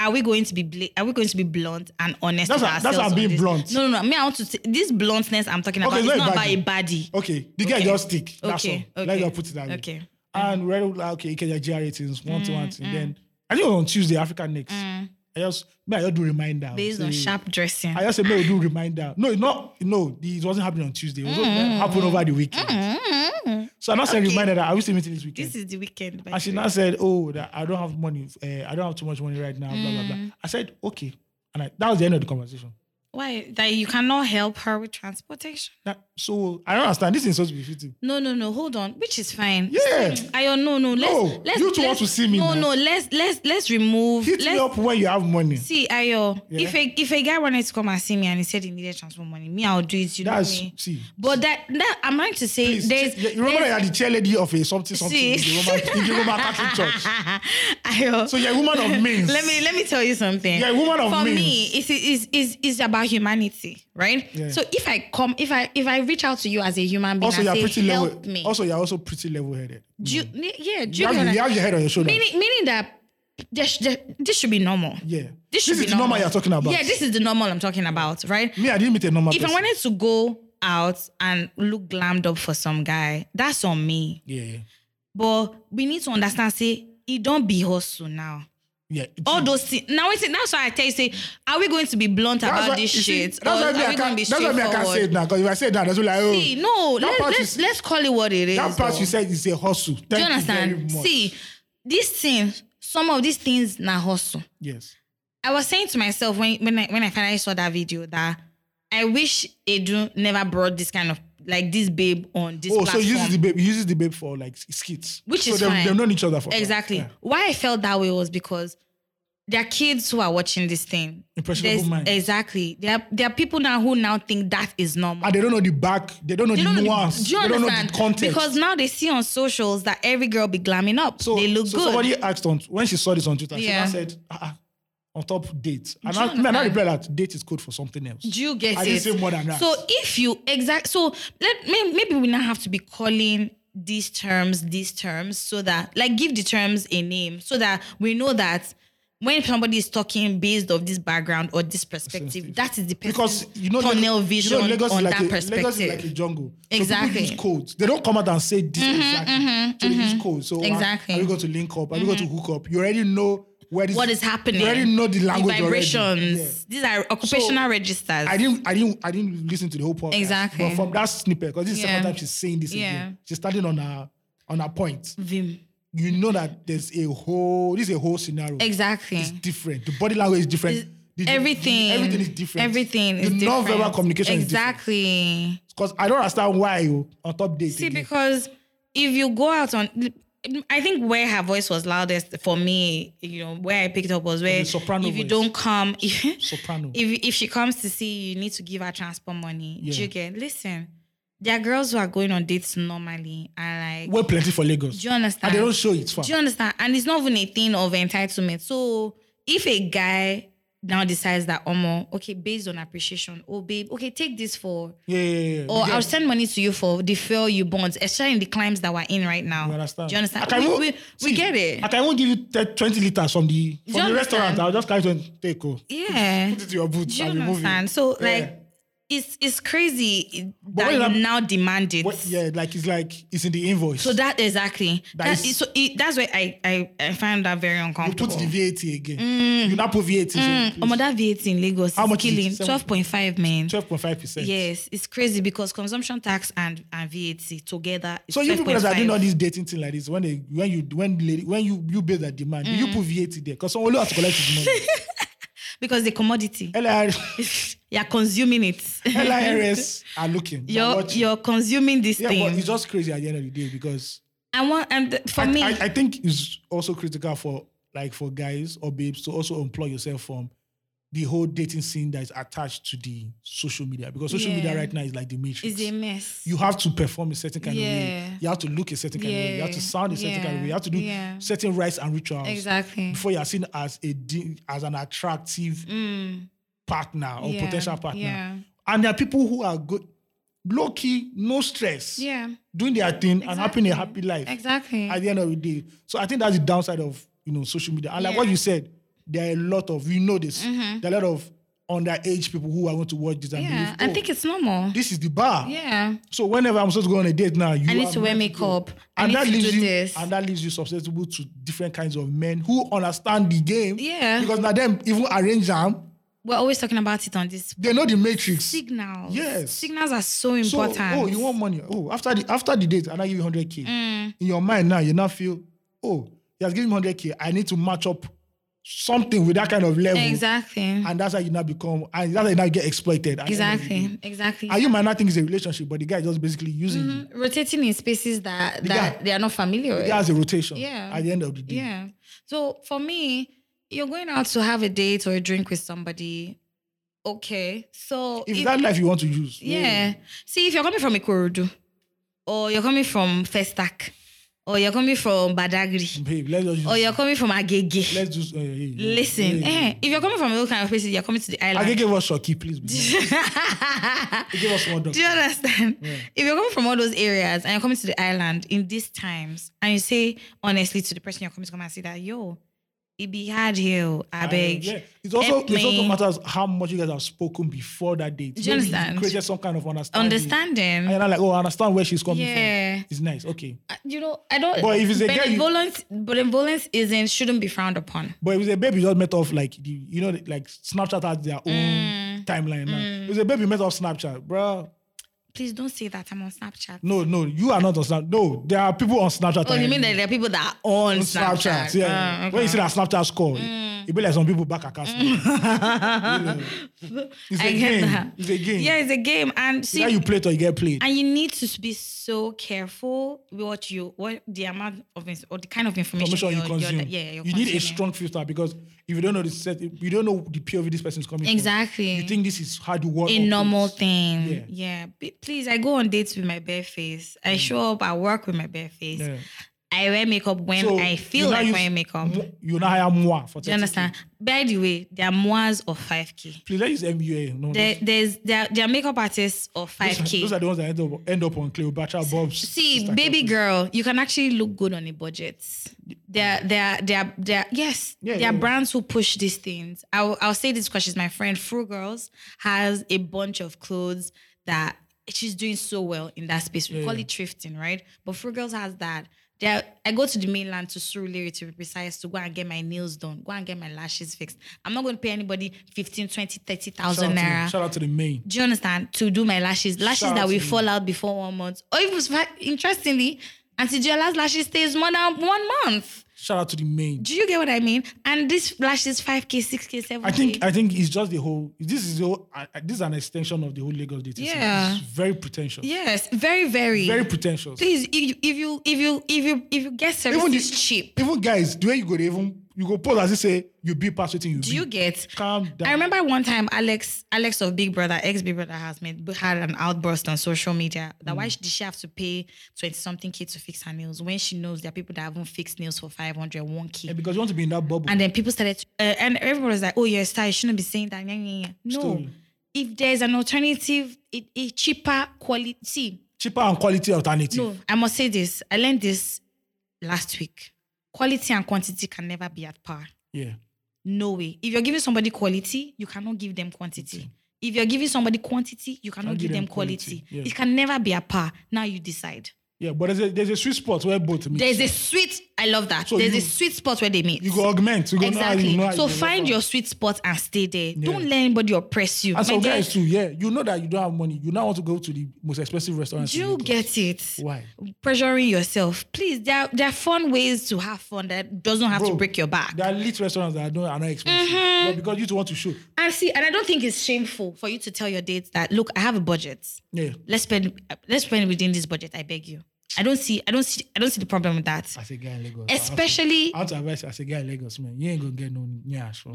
Speaker 3: are we going to be bla- are we going to be blunt and honest?
Speaker 2: That's
Speaker 3: with
Speaker 2: a- that's
Speaker 3: ourselves
Speaker 2: I'm
Speaker 3: on
Speaker 2: being
Speaker 3: this?
Speaker 2: blunt.
Speaker 3: No, no, no. Me, I want to. T- this bluntness I'm talking
Speaker 2: Okay,
Speaker 3: about
Speaker 2: it's
Speaker 3: is
Speaker 2: not
Speaker 3: not
Speaker 2: a
Speaker 3: about a
Speaker 2: baddie.
Speaker 3: baddie.
Speaker 2: Okay. The guy
Speaker 3: Okay.
Speaker 2: just stick. That's
Speaker 3: Okay,
Speaker 2: all.
Speaker 3: okay,
Speaker 2: Let's just put it that way.
Speaker 3: okay. Mm,
Speaker 2: And right like, okay, you can get GR ratings, one to one thing. Then I think it was on Tuesday, Africa next. I just me, I just do reminder.
Speaker 3: Based
Speaker 2: Say-
Speaker 3: on sharp dressing.
Speaker 2: I just said, no, do reminder. No, it's not, no, it wasn't happening on Tuesday. It was
Speaker 3: Mm.
Speaker 2: happening happened over the weekend. So I now said, reminder that I will still meeting this weekend.
Speaker 3: this is the weekend. By
Speaker 2: and she now said, oh, that I don't have money. Uh, I don't have too much money right now, blah,
Speaker 3: Mm.
Speaker 2: blah, blah. I said, okay. And I, that was the end of the conversation.
Speaker 3: why that you cannot help her with transportation?
Speaker 2: That- so I don't understand. This is supposed to be 50.
Speaker 3: No, no, no. Hold on, which is fine.
Speaker 2: Yeah.
Speaker 3: Ayo, no, no. Let's,
Speaker 2: No,
Speaker 3: let's,
Speaker 2: you two want
Speaker 3: let's-
Speaker 2: to see me
Speaker 3: No,
Speaker 2: now.
Speaker 3: no. Let's let's let's remove.
Speaker 2: Hit
Speaker 3: let's,
Speaker 2: me up when you have money.
Speaker 3: See, Ayo,
Speaker 2: Yeah.
Speaker 3: if a if a guy wanted to come and see me and he said he needed transfer money, me I'll do it. You
Speaker 2: That's,
Speaker 3: know me.
Speaker 2: see.
Speaker 3: But that that I'm trying to say
Speaker 2: Please,
Speaker 3: there's
Speaker 2: you remember that
Speaker 3: there's,
Speaker 2: you are the chair lady of a something something in
Speaker 3: See.
Speaker 2: the, Roman, in the Roman Catholic Church.
Speaker 3: Ayo.
Speaker 2: So you're a woman of means.
Speaker 3: Let me let me tell you something.
Speaker 2: You're a woman of
Speaker 3: For
Speaker 2: means.
Speaker 3: me, it's, it's, it's, it's about humanity, right?
Speaker 2: Yeah.
Speaker 3: So if I come, if I if I reach out to you as a human being,
Speaker 2: Also,
Speaker 3: and
Speaker 2: you're
Speaker 3: say,
Speaker 2: pretty
Speaker 3: help
Speaker 2: level.
Speaker 3: me.
Speaker 2: Also, you're also pretty level-headed.
Speaker 3: do you, yeah, do
Speaker 2: You
Speaker 3: you,
Speaker 2: have,
Speaker 3: get what I-
Speaker 2: you have your head on your shoulder.
Speaker 3: meaning meaning that there sh- there- this should be normal.
Speaker 2: Yeah.
Speaker 3: This, should
Speaker 2: is
Speaker 3: be
Speaker 2: the normal you're talking about.
Speaker 3: Yeah, this is the normal I'm talking about, right?
Speaker 2: Me, I didn't meet a normal
Speaker 3: if I
Speaker 2: person.
Speaker 3: wanted to go out and look glammed up for some guy, that's on me.
Speaker 2: Yeah, yeah.
Speaker 3: But we need to understand, say, it don't be hustle now.
Speaker 2: yeah.
Speaker 3: All those things. Now, it's, that's why I tell you, say, are we going to be blunt about
Speaker 2: why-
Speaker 3: this
Speaker 2: you see,
Speaker 3: shit?
Speaker 2: That's why
Speaker 3: or
Speaker 2: me,
Speaker 3: are
Speaker 2: I
Speaker 3: we going to
Speaker 2: can't,
Speaker 3: be
Speaker 2: that's why me, I can't say it
Speaker 3: straightforward?
Speaker 2: now. Because if I say that, that's what like, oh.
Speaker 3: See, no,
Speaker 2: that
Speaker 3: let,
Speaker 2: part
Speaker 3: let's,
Speaker 2: is-
Speaker 3: let's call it what it is.
Speaker 2: that part
Speaker 3: though.
Speaker 2: you said is a hustle. Thank
Speaker 3: Do you
Speaker 2: very
Speaker 3: understand?
Speaker 2: much.
Speaker 3: See, these things, some of these things, now hustle.
Speaker 2: Yes.
Speaker 3: I was saying to myself when when I when I finally saw that video that I wish Edu never brought this kind of like this babe on this
Speaker 2: Oh, so
Speaker 3: platform.
Speaker 2: he uses the babe. He uses the babe for like skits.
Speaker 3: Which
Speaker 2: so
Speaker 3: is
Speaker 2: they've,
Speaker 3: fine.
Speaker 2: they've known each other for
Speaker 3: exactly.
Speaker 2: Yeah.
Speaker 3: Why I felt that way was because there are kids who are watching this thing.
Speaker 2: Impressionable
Speaker 3: There's-
Speaker 2: minds.
Speaker 3: Exactly. There are, there are people now who now think that is normal.
Speaker 2: And they don't know the back. They don't know
Speaker 3: They
Speaker 2: the
Speaker 3: don't know the-
Speaker 2: nuance.
Speaker 3: do you
Speaker 2: they don't know
Speaker 3: understand?
Speaker 2: the context.
Speaker 3: Because now they see on socials that every girl be glamming up.
Speaker 2: so
Speaker 3: they look
Speaker 2: so
Speaker 3: good.
Speaker 2: somebody asked on when she saw this on Twitter. She
Speaker 3: Yeah.
Speaker 2: now said, ah, ah, on top date. And
Speaker 3: Do
Speaker 2: I,
Speaker 3: you
Speaker 2: me, I now
Speaker 3: understand?
Speaker 2: reply that date is code for something else.
Speaker 3: Do you get
Speaker 2: I
Speaker 3: it?
Speaker 2: didn't say more than that.
Speaker 3: So if you exact, so let may- maybe we now have to be calling these terms these terms so that like give the terms a name so that we know that when somebody is talking based of this background or this perspective, that is the
Speaker 2: because
Speaker 3: person's
Speaker 2: you know
Speaker 3: tunnel
Speaker 2: Lag-
Speaker 3: vision
Speaker 2: you know, Lagos
Speaker 3: on
Speaker 2: is like
Speaker 3: that
Speaker 2: a,
Speaker 3: perspective.
Speaker 2: Lagos is like a jungle. So people
Speaker 3: Exactly. Mm-hmm,
Speaker 2: use codes. They don't come out and say this exactly. so they use codes. So are-
Speaker 3: Exactly. Mm-hmm.
Speaker 2: Are, you going to link up? Are you going to hook up? You already know where this
Speaker 3: what is happening?
Speaker 2: You already know the language already.
Speaker 3: the vibrations.
Speaker 2: Yeah.
Speaker 3: These are occupational registers.
Speaker 2: I didn't, I didn't, I didn't listen to the whole podcast.
Speaker 3: Exactly.
Speaker 2: But from that snippet, because this is the
Speaker 3: Yeah.
Speaker 2: second time she's saying this again.
Speaker 3: Yeah.
Speaker 2: She's starting on her on her point.
Speaker 3: Vim.
Speaker 2: You know that there's a whole this is a whole scenario.
Speaker 3: Exactly.
Speaker 2: It's different. The body language is different.
Speaker 3: It's-
Speaker 2: The- the-
Speaker 3: everything.
Speaker 2: everything is different.
Speaker 3: Everything is
Speaker 2: the
Speaker 3: different.
Speaker 2: non-verbal communication is different.
Speaker 3: Exactly.
Speaker 2: Because I don't understand why you on top date.
Speaker 3: See,
Speaker 2: again.
Speaker 3: because if you go out on, I think where her voice was loudest for me, you know, where I picked up was where
Speaker 2: The soprano
Speaker 3: if you
Speaker 2: voice.
Speaker 3: don't come, if,
Speaker 2: Soprano.
Speaker 3: if if she comes to see you, you need to give her transport money. Do
Speaker 2: Yeah.
Speaker 3: you get? Listen, there are girls who are going on dates normally and like,
Speaker 2: we're plenty for Lagos.
Speaker 3: do you understand?
Speaker 2: And they don't show it far.
Speaker 3: Do you understand? And it's not even a thing of entitlement. So if a guy now decides that, Omo, okay, based on appreciation, oh babe, okay, take this for,
Speaker 2: yeah, yeah, yeah.
Speaker 3: or
Speaker 2: yeah.
Speaker 3: I'll send money to you for the fail you bonds, especially in the climbs that we're in right now.
Speaker 2: You understand?
Speaker 3: Do you understand?
Speaker 2: I can
Speaker 3: We,
Speaker 2: even-
Speaker 3: we, we
Speaker 2: see,
Speaker 3: get it.
Speaker 2: I can even give you te- 20 liters from the
Speaker 3: you
Speaker 2: from the restaurant.
Speaker 3: understand?
Speaker 2: I'll just carry 20 take oh.
Speaker 3: yeah.
Speaker 2: Put it to your boots.
Speaker 3: Do you
Speaker 2: I'll be moving.
Speaker 3: understand? So
Speaker 2: Yeah.
Speaker 3: like, it's it's crazy
Speaker 2: when
Speaker 3: that
Speaker 2: I'm-
Speaker 3: you now demand it.
Speaker 2: What, yeah, like it's like it's in the invoice.
Speaker 3: So that exactly.
Speaker 2: That
Speaker 3: That,
Speaker 2: is-
Speaker 3: is, so it, that's where I, I I find that very
Speaker 2: you put
Speaker 3: uncomfortable.
Speaker 2: the VAT again. You now put VAT.
Speaker 3: Mm, Omo, that VAT in Lagos
Speaker 2: How
Speaker 3: is
Speaker 2: much is it?
Speaker 3: killing
Speaker 2: Seven-
Speaker 3: twelve point five man.
Speaker 2: Twelve point five percent.
Speaker 3: Yes, it's crazy because consumption tax and, and VAT together. Is
Speaker 2: So you people that are doing all
Speaker 3: 12.5.
Speaker 2: this dating thing like this, when they when you when lady, when you you build that demand, you
Speaker 3: Mm.
Speaker 2: put VAT there because someone will have to collect his money.
Speaker 3: because the commodity
Speaker 2: LIR,
Speaker 3: you're consuming it.
Speaker 2: LIRS are looking. they're
Speaker 3: you're
Speaker 2: watching.
Speaker 3: you're consuming this
Speaker 2: yeah, but
Speaker 3: thing.
Speaker 2: it's just crazy at the end of the day because
Speaker 3: I want and th- for
Speaker 2: I,
Speaker 3: me,
Speaker 2: I, I think it's also critical for like for guys or babes to also employ yourself from the whole dating scene that is attached to the social media because social
Speaker 3: Yeah.
Speaker 2: media right now is like the matrix.
Speaker 3: it's a mess.
Speaker 2: you have to perform a certain kind of way.
Speaker 3: Yeah.
Speaker 2: You have to look a certain kind of way. You have to
Speaker 3: Yeah.
Speaker 2: sound a certain kind of way. You have to do
Speaker 3: Yeah.
Speaker 2: certain rites and rituals
Speaker 3: exactly.
Speaker 2: before you are seen as a de- as an attractive
Speaker 3: Mm,
Speaker 2: partner or
Speaker 3: yeah,
Speaker 2: potential partner.
Speaker 3: Yeah.
Speaker 2: And there are people who are good, low key, no stress,
Speaker 3: Yeah.
Speaker 2: doing their thing and having a
Speaker 3: Exactly.
Speaker 2: happy life
Speaker 3: Exactly.
Speaker 2: at the end of the day. So I think that's the downside of you know social media. And like what
Speaker 3: Yeah. Mm-hmm.
Speaker 2: you said, there are a lot of you know this. There are a lot of underage people who are going to watch this and
Speaker 3: yeah.
Speaker 2: believe,
Speaker 3: I
Speaker 2: "Oh,
Speaker 3: think it's normal.
Speaker 2: this is the bar.
Speaker 3: Yeah.
Speaker 2: So whenever I'm supposed to go on a date now, you
Speaker 3: I need
Speaker 2: are
Speaker 3: to wear
Speaker 2: meant go.
Speaker 3: makeup. I
Speaker 2: and
Speaker 3: need
Speaker 2: that
Speaker 3: to
Speaker 2: leaves
Speaker 3: do
Speaker 2: you,
Speaker 3: this.
Speaker 2: and that leaves you susceptible to different kinds of men who understand the game.
Speaker 3: Yeah.
Speaker 2: because now them even arrange them,
Speaker 3: We're always talking about it on this
Speaker 2: they know the matrix.
Speaker 3: signals.
Speaker 2: Yes.
Speaker 3: Signals are so
Speaker 2: So,
Speaker 3: important.
Speaker 2: oh, you want money? Oh, after the after the date, and I give you hundred k.
Speaker 3: Mm.
Speaker 2: In your mind now, you now feel, oh, he has given me hundred k. I need to match up something with that kind of level,
Speaker 3: Exactly.
Speaker 2: and that's how you now become, and that's how you now get exploited. at the end of the day.
Speaker 3: exactly. Exactly.
Speaker 2: And you might not think it's a relationship, but the guy is just basically using
Speaker 3: Mm-hmm.
Speaker 2: you.
Speaker 3: rotating in spaces that that
Speaker 2: guy-
Speaker 3: they are not familiar
Speaker 2: The
Speaker 3: with.
Speaker 2: guy has a rotation.
Speaker 3: Yeah.
Speaker 2: At the end of the day.
Speaker 3: Yeah. So for me, you're going out to have a date or a drink with somebody. Okay. So
Speaker 2: If
Speaker 3: it-
Speaker 2: that life you want to use,
Speaker 3: yeah. See, if you're coming from Ikorodu, or you're coming from Festac, or you're coming from Badagri,
Speaker 2: babe, let's just use.
Speaker 3: or you're coming from Agege.
Speaker 2: let's just. Uh, yeah, yeah,
Speaker 3: Listen,
Speaker 2: yeah,
Speaker 3: eh, if you're coming from those kind of places, you're coming to the
Speaker 2: I
Speaker 3: island.
Speaker 2: can give us Shoki, please. babe. give us one dog.
Speaker 3: Do you understand? If you're coming from all those areas and you're coming to the island in these times, and you say honestly to the person you're coming to come and see that, yo, it be hard here, oh, I beg.
Speaker 2: Yeah. It's also
Speaker 3: Help
Speaker 2: it also
Speaker 3: me.
Speaker 2: matters how much you guys have spoken before that date.
Speaker 3: Do you
Speaker 2: Maybe
Speaker 3: understand?
Speaker 2: Created some kind of understanding. And
Speaker 3: Understanding.
Speaker 2: you're not like, oh, I understand where she's coming
Speaker 3: Yeah.
Speaker 2: from. It's nice, okay.
Speaker 3: Uh, You know, I don't.
Speaker 2: But if it's a girl, you-
Speaker 3: benevolence, benevolence isn't shouldn't be frowned upon.
Speaker 2: But if it's a baby, you just met off like the, you know, like Snapchat has their own
Speaker 3: Mm.
Speaker 2: timeline now. If it's a baby met off Snapchat, bruh.
Speaker 3: Please don't say that I'm on Snapchat.
Speaker 2: No, no, you are not on Snapchat. No, there are people on Snapchat.
Speaker 3: Oh, you mean
Speaker 2: already.
Speaker 3: that there are people that are on,
Speaker 2: on
Speaker 3: Snapchat?
Speaker 2: Snapchat. Yeah.
Speaker 3: Ah, okay. Mm.
Speaker 2: When you see that Snapchat score, it be like some people back at us. It's a
Speaker 3: I get
Speaker 2: game.
Speaker 3: that.
Speaker 2: It's a game.
Speaker 3: Yeah, it's a game, and
Speaker 2: Either
Speaker 3: see,
Speaker 2: you play it or you get played.
Speaker 3: and you need to be so careful with what you what the amount of ins- or the kind of information
Speaker 2: Information you
Speaker 3: you're, you're-
Speaker 2: consume.
Speaker 3: yeah, you're
Speaker 2: you need a
Speaker 3: consuming.
Speaker 2: strong filter because if you don't know the set, you don't know the POV this person is coming from.
Speaker 3: Exactly.
Speaker 2: You think this is how the world
Speaker 3: a
Speaker 2: operates.
Speaker 3: normal thing.
Speaker 2: Yeah. Mm.
Speaker 3: Yeah. P- Please, I go on dates with my bare face. I show up at work with my bare face.
Speaker 2: Yeah.
Speaker 3: I wear makeup when
Speaker 2: So,
Speaker 3: I feel
Speaker 2: you now
Speaker 3: like
Speaker 2: use
Speaker 3: wearing makeup. Do
Speaker 2: Mo- You now hire Moa for 30K.
Speaker 3: you understand? By the way, there are moas of 5K.
Speaker 2: Please, let's use MUA. No,
Speaker 3: There, there's there, are- there are makeup artists of
Speaker 2: Mm. those, are-
Speaker 3: 5K.
Speaker 2: those are the ones that end up, end up on Cleopatra Bob's.
Speaker 3: See,
Speaker 2: Instagram.
Speaker 3: baby girl, you can actually look good on a budget. There, there, there, there. Yes,
Speaker 2: Yeah,
Speaker 3: there are
Speaker 2: yeah.
Speaker 3: brands who push these things. I'll, I'll say this because she's my friend. Fru Girls has a bunch of clothes that she's doing so well in that space. We
Speaker 2: Yeah,
Speaker 3: call
Speaker 2: yeah.
Speaker 3: it thrifting, right? But Fru Girls has that. There, I go to the mainland to Surulere to be precise to go and get my nails done, go and get my lashes fixed. I'm not going to pay anybody 15, 20, 30,000
Speaker 2: Shout out to
Speaker 3: naira
Speaker 2: the- Shout out to the main.
Speaker 3: do you understand? To do my lashes, lashes
Speaker 2: Shout out
Speaker 3: that will
Speaker 2: to you.
Speaker 3: fall out before one month. Or if it's fa- interestingly, Auntie Jola's lashes stays more than one month.
Speaker 2: Shout out to the main.
Speaker 3: Do you get what I mean? And this lashes five k, six k, seven k.
Speaker 2: I think uh, I think it's just the whole. This is the whole, uh, uh, this is an extension of the whole Lagos dating. scene.
Speaker 3: Yeah.
Speaker 2: it's very pretentious.
Speaker 3: yes, very, very.
Speaker 2: very pretentious.
Speaker 3: Please, if you if you if you if you if you get services
Speaker 2: Even the-
Speaker 3: cheap,
Speaker 2: Even guys, the way you go, they even you go pause as they say you be past waiting. You
Speaker 3: do you get?
Speaker 2: calm down?
Speaker 3: I remember one time Alex, Alex of Big Brother, ex Big Brother husband, b- had an outburst on social media that
Speaker 2: Mm.
Speaker 3: why did she have to pay twenty something k to fix her nails when she knows there are people that haven't fixed nails for 500, 1 k.
Speaker 2: And because you want to be in that bubble.
Speaker 3: And then people started, to, uh, and everybody was like, "Oh, you're a star. You shouldn't be saying that." Nya, nya, nya. No,
Speaker 2: Still.
Speaker 3: if there's an alternative, a, a cheaper quality.
Speaker 2: cheaper and quality alternative.
Speaker 3: No, I must say this. I learned this last week. Quality and quantity can never be at par.
Speaker 2: Yeah.
Speaker 3: No way. If you're giving somebody quality, you cannot give them quantity. If you're giving somebody quantity, you cannot give them quality.
Speaker 2: yeah.
Speaker 3: It can never be at par. Now you decide.
Speaker 2: Yeah. But there's a there's a sweet spot where both meet.
Speaker 3: There's a sweet. I love that.
Speaker 2: So
Speaker 3: there's
Speaker 2: you-
Speaker 3: a sweet spot where they meet.
Speaker 2: you go augment. You go
Speaker 3: Exactly.
Speaker 2: Now, you know how
Speaker 3: so
Speaker 2: you go
Speaker 3: find
Speaker 2: now.
Speaker 3: your sweet spot and stay there.
Speaker 2: Yeah.
Speaker 3: Don't let anybody oppress you.
Speaker 2: And
Speaker 3: My
Speaker 2: some
Speaker 3: dear,
Speaker 2: guys too, yeah. You know that you don't have money. You now want to go to the most expensive restaurant.
Speaker 3: do you get it?
Speaker 2: why?
Speaker 3: Pressuring yourself. Please, there are, there are fun ways to have fun that doesn't have to
Speaker 2: Bro,
Speaker 3: break your back. Mm-hmm.
Speaker 2: There are lit restaurants that are not, are not expensive, but because you two want to show,
Speaker 3: and see, and I don't think it's shameful for you to tell your dates that look, I have a budget.
Speaker 2: yeah.
Speaker 3: Let's spend let's spend within this budget, I beg you. I don't see I don't see I don't see the problem with that.
Speaker 2: As a guy in Lagos, I have to-
Speaker 3: Especially
Speaker 2: I have to advise you, as a guy in Lagos, man, you ain't gonna get no nyash for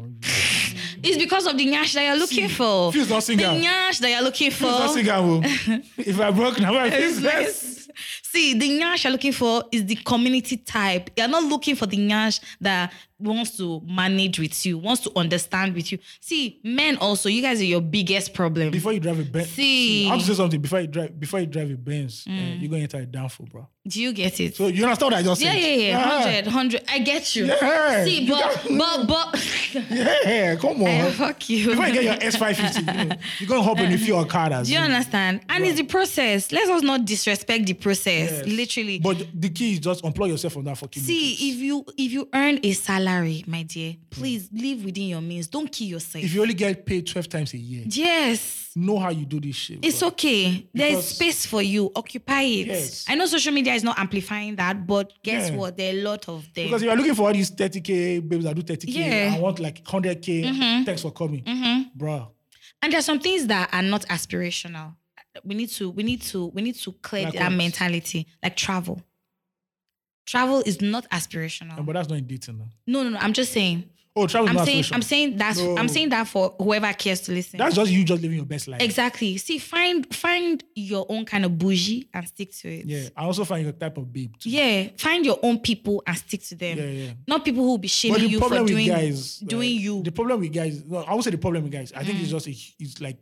Speaker 3: it's because of the nyash that you're looking for.
Speaker 2: Feels not
Speaker 3: the
Speaker 2: single.
Speaker 3: nyash that you're looking for.
Speaker 2: That's a guy will. If I broke now, I feel best.
Speaker 3: Yes. See, the nyash you're looking for is the community type. You're not looking for the nyash that wants to manage with you, wants to understand with you. See, men also, you guys are your biggest problem.
Speaker 2: Before you drive a Benz,
Speaker 3: See.
Speaker 2: I have to say something. Before you drive, before you drive a Benz, eh, you're gonna enter a downfall, bro.
Speaker 3: Do you get it?
Speaker 2: So you understand what I just
Speaker 3: yeah,
Speaker 2: said?
Speaker 3: yeah, yeah.
Speaker 2: Ah,
Speaker 3: 100, 100. I get you.
Speaker 2: Yeah.
Speaker 3: See,
Speaker 2: You
Speaker 3: but, but, but,
Speaker 2: Yeah, come on.
Speaker 3: Eh, fuck you.
Speaker 2: Before you get your S550, you know, you're gonna hop in a few Okadas.
Speaker 3: Do you understand? And it's the process. Let us not disrespect the process.
Speaker 2: Yes.
Speaker 3: Literally.
Speaker 2: But the key is just employ yourself on that fucking. business.
Speaker 3: See, if you if you earn a salary, my dear, please live within your means. Don't kill yourself.
Speaker 2: if you only get paid 12 times a year,
Speaker 3: yes.
Speaker 2: know how you do this shit.
Speaker 3: It's
Speaker 2: bro.
Speaker 3: okay. There is
Speaker 2: Because-
Speaker 3: space for you. Occupy it.
Speaker 2: Yes.
Speaker 3: I know social media is not amplifying that, but guess
Speaker 2: Yeah.
Speaker 3: what? There are a lot of them.
Speaker 2: Because if you're looking for all these 30k babes that do 30k,
Speaker 3: Yeah. Mm-hmm.
Speaker 2: I want like 100k. Thanks for coming, bro.
Speaker 3: and there are some things that are not aspirational. We need to, we need to, we need to clear
Speaker 2: Like
Speaker 3: that
Speaker 2: what?
Speaker 3: mentality. Like travel. Travel is not aspirational.
Speaker 2: But that's not in dating. Now.
Speaker 3: no, no, no. I'm just saying.
Speaker 2: Oh, travel.
Speaker 3: I'm
Speaker 2: not
Speaker 3: saying,
Speaker 2: aspiration.
Speaker 3: I'm saying that's
Speaker 2: No.
Speaker 3: I'm saying that for whoever cares to listen.
Speaker 2: that's just you just living your best life.
Speaker 3: exactly. See, find find your own kind of bougie and stick to it.
Speaker 2: Yeah, I also find your type of babe. Too.
Speaker 3: Yeah, find your own people and stick to them.
Speaker 2: Yeah, yeah.
Speaker 3: Not people who will be
Speaker 2: But
Speaker 3: shaming
Speaker 2: the
Speaker 3: you for
Speaker 2: problem with
Speaker 3: doing
Speaker 2: guys, uh,
Speaker 3: doing you. Mm.
Speaker 2: The problem with guys, no, I would say the problem with guys. I think it's just a, it's like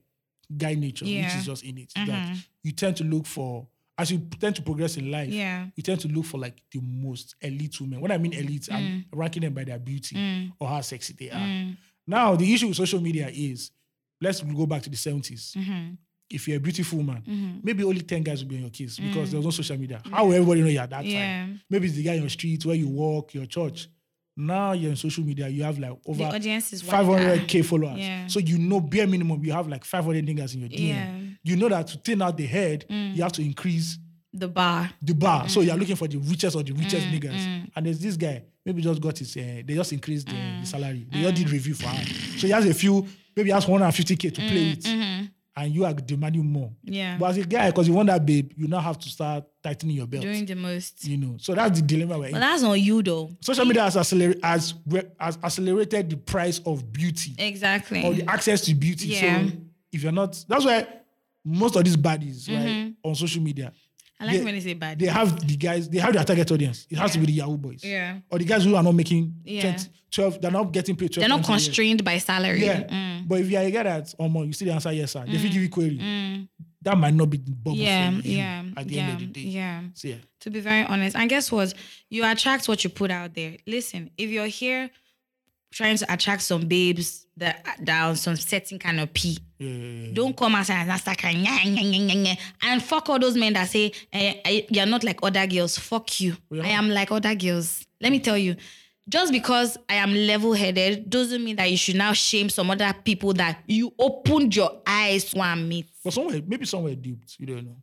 Speaker 2: guy nature, which
Speaker 3: Yeah. Mm-hmm.
Speaker 2: is just in it. That you tend to look for as you tend to progress in life.
Speaker 3: Yeah.
Speaker 2: you tend to look for like the most elite women. When I mean elite,
Speaker 3: Mm.
Speaker 2: I'm ranking them by their beauty or how sexy they are. Now the issue with social media is, let's go back to the 70s
Speaker 3: Mm. mm-hmm,
Speaker 2: If you're a beautiful woman, maybe only 10 guys will be on your case because there's no social media. How will everybody know you're at that
Speaker 3: Mm. Yeah.
Speaker 2: time? Maybe it's the guy in your street, where you walk, your church. Now you're on social media, you have like over
Speaker 3: The audience is wider.
Speaker 2: 500k followers.
Speaker 3: Yeah.
Speaker 2: So you know, bare minimum, you have like 500 niggas in your DM.
Speaker 3: Yeah. Mm.
Speaker 2: You know that to thin out the head, you have to increase
Speaker 3: The bar.
Speaker 2: the bar. So
Speaker 3: Mm.
Speaker 2: you're looking for the richest or the richest niggas. And there's this guy, maybe just got his, uh, they just increased the, the
Speaker 3: Mm.
Speaker 2: salary. They just did review for him. So he has a few, maybe he has 150K
Speaker 3: Mm.
Speaker 2: to play with.
Speaker 3: Mm-hmm.
Speaker 2: And you are demanding more.
Speaker 3: Yeah.
Speaker 2: But as a guy, because you want that babe, you now have to start tightening your belt.
Speaker 3: Doing the most.
Speaker 2: you know, so that's the dilemma we're
Speaker 3: But
Speaker 2: in.
Speaker 3: that's on you though.
Speaker 2: Social media has, acceler- has, re- has accelerated the price of beauty
Speaker 3: Exactly.
Speaker 2: or the access to beauty.
Speaker 3: Eh. Yeah. Mm-hmm.
Speaker 2: So if you're not, that's why most of these bodies right, on social media,
Speaker 3: I like
Speaker 2: They-
Speaker 3: when they say bad.
Speaker 2: They have the guys, they have their target audience. It has to be the Yahoo boys.
Speaker 3: Yeah.
Speaker 2: Or the guys who are not making
Speaker 3: Yeah.
Speaker 2: 20, 12, they're not getting paid 12.
Speaker 3: They're not
Speaker 2: times a year.
Speaker 3: constrained by salary.
Speaker 2: Yeah.
Speaker 3: Mm.
Speaker 2: But if you are a guy that almost you see the answer yes, sir. If you give you query, that might not be the bubble.
Speaker 3: Mm. Yeah,
Speaker 2: for you
Speaker 3: yeah,
Speaker 2: At the
Speaker 3: yeah,
Speaker 2: end of the day.
Speaker 3: yeah.
Speaker 2: So yeah.
Speaker 3: To be very honest, and guess what? You attract what you put out there. Listen, if you're here trying to attract some babes that that are on some certain kind of pee,
Speaker 2: Yeah, yeah, yeah.
Speaker 3: don't come outside and start crying "Nyah, nyah, nyah, nyah, nyah." and fuck all those men that say eh, eh, you're not like other girls. Fuck you.
Speaker 2: We are
Speaker 3: I
Speaker 2: not.
Speaker 3: am like other girls. Let me tell you. Just because I am level-headed doesn't mean that you should now shame some other people that you opened your eyes to and meet.
Speaker 2: But somewhere, maybe somewhere duped. You don't know.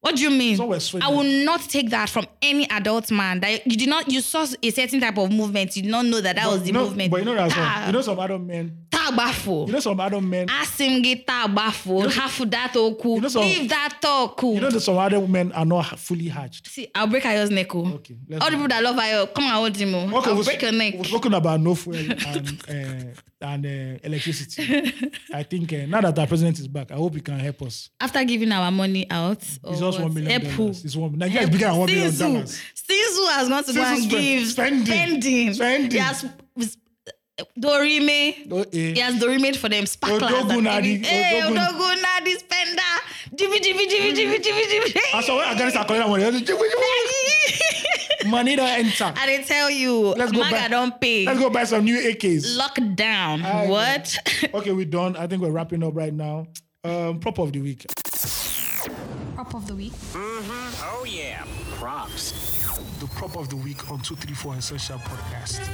Speaker 3: What do you mean?
Speaker 2: Somewhere sweet.
Speaker 3: I will not take that from any adult man. That you did not, you saw a certain type of movement. You did not know that that
Speaker 2: But
Speaker 3: was the
Speaker 2: you know,
Speaker 3: movement.
Speaker 2: But you know that's one.
Speaker 3: Ah,
Speaker 2: You know some other men.
Speaker 3: tabafo.
Speaker 2: You know some other men.
Speaker 3: Ah. Asimgi tabafo. Hafu that oku.
Speaker 2: you know some-
Speaker 3: Leave that oku.
Speaker 2: You know that some other women are not fully hatched.
Speaker 3: See, I'll break Ayo's neck. oh.
Speaker 2: Okay, let's
Speaker 3: All the
Speaker 2: go.
Speaker 3: people that love Ayo, come and hold him. oh. I'll
Speaker 2: we're-
Speaker 3: break your neck.
Speaker 2: We're talking about no fuel and, uh, and uh, electricity. I think uh, now that our president is back, I hope he can help us.
Speaker 3: After giving our money out, or
Speaker 2: It's just
Speaker 3: what,
Speaker 2: one million
Speaker 3: Oh, help who?
Speaker 2: dollars. It's one. Nigeria is bigger than one million dollars.
Speaker 3: Sinzu has gone to go
Speaker 2: Sinzu
Speaker 3: and
Speaker 2: spend-
Speaker 3: give
Speaker 2: spending.
Speaker 3: spending.
Speaker 2: Spending.
Speaker 3: Yes, uh, Dorime.
Speaker 2: Oh, eh.
Speaker 3: Yes, the remade for them sparklers.
Speaker 2: Odogun
Speaker 3: and
Speaker 2: Adi-
Speaker 3: everything. Hey,
Speaker 2: Odogun.
Speaker 3: Odogun Adi Spender. Jimmy, Jimmy, Jimmy, Jimmy, Jimmy, Jimmy.
Speaker 2: And so when Afghanistan are calling that money, they say, money don't enter.
Speaker 3: I didn't tell you.
Speaker 2: Let's go
Speaker 3: Maga
Speaker 2: back.
Speaker 3: don't pay.
Speaker 2: Let's go buy some new AKs.
Speaker 3: Lockdown.
Speaker 2: Aye.
Speaker 3: what?
Speaker 2: Okay, we're done. I think we're wrapping up right now. Um, prop of the week.
Speaker 5: Prop of the week.
Speaker 6: Oh, yeah. Props.
Speaker 2: The prop of the week on 234 Essential Podcast.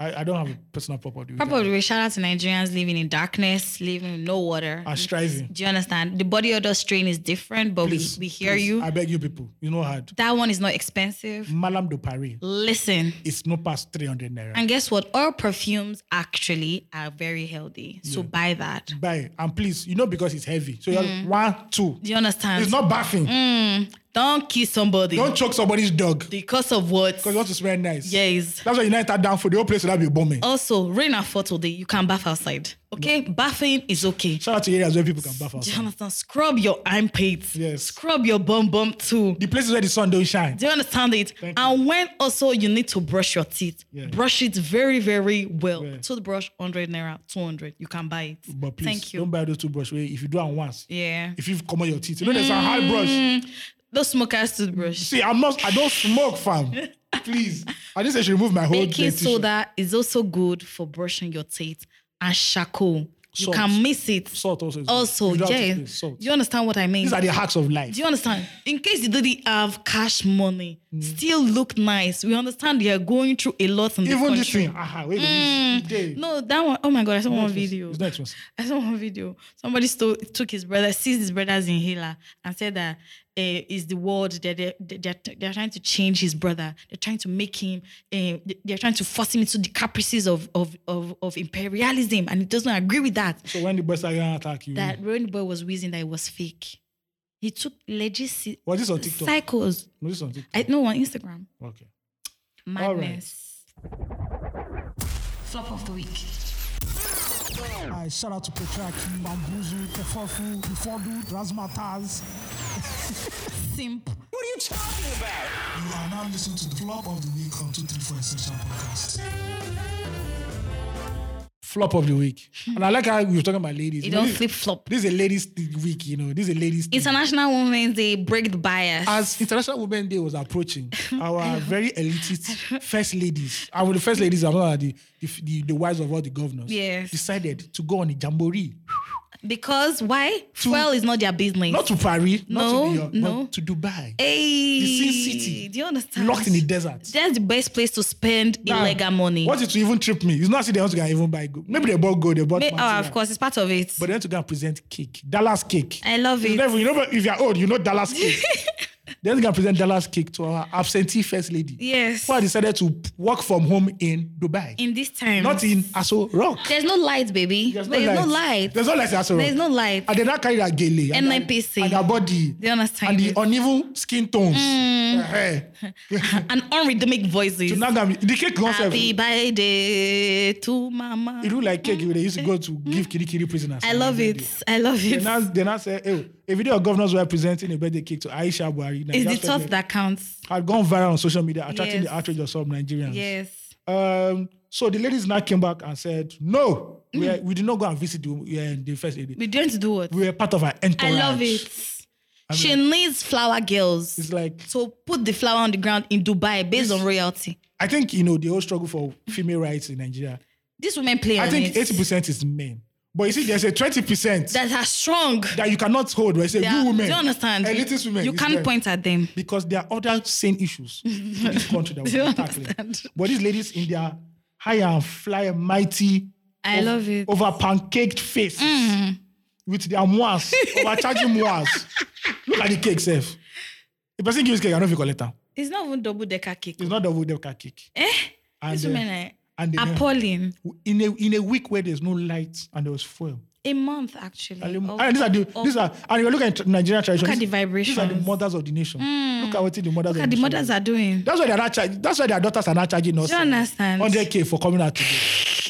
Speaker 2: I, I don't have a personal prop of the week.
Speaker 3: Probably we shout out to Nigerians living in darkness, living with no water.
Speaker 2: I'm striving.
Speaker 3: Do you understand? The body odor strain is different, but
Speaker 2: Please,
Speaker 3: we, we hear
Speaker 2: please,
Speaker 3: you.
Speaker 2: I beg you people. You know hard.
Speaker 3: that one is not expensive.
Speaker 2: Malam de Paris.
Speaker 3: Listen.
Speaker 2: It's not past 300 naira.
Speaker 3: And guess what? Oil perfumes actually are very healthy. So buy that.
Speaker 2: Buy. And please, you know, because it's heavy. So you're
Speaker 3: Mm.
Speaker 2: one, two.
Speaker 3: Do you understand?
Speaker 2: It's not baffing.
Speaker 3: Mm. Don't kiss somebody.
Speaker 2: Don't choke somebody's dog. Because
Speaker 3: because of what?
Speaker 2: you want to smell nice.
Speaker 3: Yes. Oh.
Speaker 2: That's why United down for the whole place will not be bombing.
Speaker 3: Also, rain and fall today, you can bath outside. Okay? Bathing is okay.
Speaker 2: Shout out to areas where people can bath
Speaker 3: Do you
Speaker 2: outside.
Speaker 3: understand? Scrub your armpits.
Speaker 2: Yes.
Speaker 3: Scrub your bum bum too.
Speaker 2: The places where the sun don't shine.
Speaker 3: Do you understand it?
Speaker 2: Thank you.
Speaker 3: and when also you need to brush your teeth,
Speaker 2: Yeah.
Speaker 3: brush it very, very well.
Speaker 2: Yeah.
Speaker 3: Toothbrush, 100 naira, 200. You can buy it.
Speaker 2: But please,
Speaker 3: Thank you.
Speaker 2: don't buy those toothbrush. Where if you do it once,
Speaker 3: yeah. Mm.
Speaker 2: if you come on your teeth, you know there's a high brush.
Speaker 3: Those smokers toothbrush.
Speaker 2: See, I'm not. I don't smoke, fam. please, I just I should remove my whole
Speaker 3: Baking
Speaker 2: dentition.
Speaker 3: soda is also good for brushing your teeth and charcoal. You
Speaker 2: Salt.
Speaker 3: can miss it.
Speaker 2: Salt also. Is good.
Speaker 3: Also,
Speaker 2: You don't have to
Speaker 3: yeah.
Speaker 2: pay salt.
Speaker 3: You understand what I mean?
Speaker 2: These are the hacks of life.
Speaker 3: Do you understand? In case you didn't have cash money,
Speaker 2: Mm.
Speaker 3: still look nice. We understand you are going through a lot in
Speaker 2: Even
Speaker 3: this
Speaker 2: this
Speaker 3: country.
Speaker 2: thing. Aha, wait. Mm. Day.
Speaker 3: No, that one. Oh my god, I saw one video.
Speaker 2: It's not expensive.
Speaker 3: I saw one video. Somebody stole, took his brother, seized his brother's inhaler, and said that eh, is the world that they're, they're, they're trying to change his brother. They're trying to make him. eh, they're trying to force him into the caprices of of of, of imperialism, and he doesn't agree with that.
Speaker 2: So when the boys are gonna attack you,
Speaker 3: That Ronnie Boy was wheezing that it was fake. He took legit si-
Speaker 2: was this on TikTok?
Speaker 3: cycles.
Speaker 2: was this on TikTok?
Speaker 3: I know on Instagram.
Speaker 2: okay. All right.
Speaker 3: Madness.
Speaker 5: Flop of the week.
Speaker 9: I shout out to Petraki, Bambuzu, Kefofu, Ifodu, Razmataz.
Speaker 5: Simp.
Speaker 9: You are now listening to the flop of the week on 234 Essential Podcast.
Speaker 2: Flop of the week. And I like how you were talking about ladies.
Speaker 3: You
Speaker 2: know,
Speaker 3: don't
Speaker 2: this-
Speaker 3: flip flop.
Speaker 2: This is a ladies' th- week, you know. This is a ladies' thing.
Speaker 3: International Women's Day break the bias.
Speaker 2: As International Women's Day was approaching, our very elitist first ladies, and with the first ladies, are not the, the, the, the wives of all the governors,
Speaker 3: Yes.
Speaker 2: decided to go on a jamboree.
Speaker 3: because why? Fuel is not their business.
Speaker 2: Not to Paris, not to
Speaker 3: No,
Speaker 2: New York,
Speaker 3: no.
Speaker 2: but to Dubai.
Speaker 3: hey,
Speaker 2: the Sin City.
Speaker 3: Do you understand?
Speaker 2: Locked in the desert.
Speaker 3: That's the best place to spend
Speaker 2: Nah,
Speaker 3: illegal money.
Speaker 2: What is to even trip me? It's not as if they want to go and even buy gold. Maybe they bought gold, they bought
Speaker 3: May- oh,
Speaker 2: material.
Speaker 3: of course, it's part of it.
Speaker 2: But then to go and present cake, Dallas cake.
Speaker 3: I love
Speaker 2: You
Speaker 3: it.
Speaker 2: never, you never, if you're old, you know Dallas cake. then you can present Dallas cake to our absentee first lady.
Speaker 3: Yes.
Speaker 2: Who had decided to work from home in Dubai.
Speaker 3: in this time,
Speaker 2: not in Aso Rock.
Speaker 3: there's no light, baby. There's no light.
Speaker 2: There's no light in Aso Rock.
Speaker 3: There's no light.
Speaker 2: And they now carry that gele. and their-
Speaker 3: NNPC.
Speaker 2: And their body.
Speaker 3: Do you understand
Speaker 2: And
Speaker 3: it? Mm.
Speaker 2: the uneven skin tones. Uh-huh. Hey.
Speaker 3: and unrhythmic voices.
Speaker 2: to Nagam, the cake concept.
Speaker 3: Happy birthday to mama.
Speaker 2: It look like cake they used to go to give Kiri Kiri prisoners.
Speaker 3: I love
Speaker 2: They
Speaker 3: it. I love it.
Speaker 2: now, they now say, hey, a video of governors were presenting a birthday cake to Aisha Buhari.
Speaker 3: It's the
Speaker 2: Nigeria's
Speaker 3: thought
Speaker 2: president,
Speaker 3: that counts.
Speaker 2: had gone viral on social media, attracting
Speaker 3: Yes.
Speaker 2: the outrage of some Nigerians.
Speaker 3: Yes.
Speaker 2: Um, so the ladies now came back and said, no, we,
Speaker 3: Mm.
Speaker 2: are, we did not go and visit the, we are the first lady.
Speaker 3: We don't do it.
Speaker 2: We were part of her entourage.
Speaker 3: I love it. she needs flower girls.
Speaker 2: It's like
Speaker 3: So put the flower on the ground in Dubai based on royalty.
Speaker 2: I think you know the whole struggle for female rights in Nigeria.
Speaker 3: These women play
Speaker 2: I
Speaker 3: on
Speaker 2: think
Speaker 3: it.
Speaker 2: eighty percent is men, but you see, there's a twenty percent
Speaker 3: that are strong.
Speaker 2: that you cannot hold. Where you say
Speaker 3: They are-
Speaker 2: you women,
Speaker 3: Do you understand?
Speaker 2: Elitist women,
Speaker 3: You
Speaker 2: is
Speaker 3: can't
Speaker 2: there.
Speaker 3: point at them.
Speaker 2: because there are other same issues in this country that
Speaker 3: Do you
Speaker 2: we're tackling.
Speaker 3: understand?
Speaker 2: But these ladies in their high and fly, mighty,
Speaker 3: I love it. Mm.
Speaker 2: over pancaked faces with their moas, overcharging moas. Look at the cake, self. The person gives cake, I don't feel collect am.
Speaker 3: It's not even double decker cake.
Speaker 2: It's not double decker cake.
Speaker 3: Eh?
Speaker 2: And,
Speaker 3: These
Speaker 2: uh,
Speaker 3: women
Speaker 2: and the
Speaker 3: are
Speaker 2: men.
Speaker 3: appalling.
Speaker 2: in a in a week where there's no light and there was fuel.
Speaker 3: A month actually.
Speaker 2: And
Speaker 3: of-
Speaker 2: these are the these are and you look at Nigerian tradition.
Speaker 3: Oh, Look at the
Speaker 2: These are the
Speaker 3: vibrations. Mm.
Speaker 2: mothers of the nation. Look at what the mothers. of
Speaker 3: Look at the
Speaker 2: nation
Speaker 3: mothers
Speaker 2: do.
Speaker 3: are doing.
Speaker 2: That's why they're not charging. That's why their daughters are not charging us.
Speaker 3: Do you understand?
Speaker 2: Hundred k for coming out today.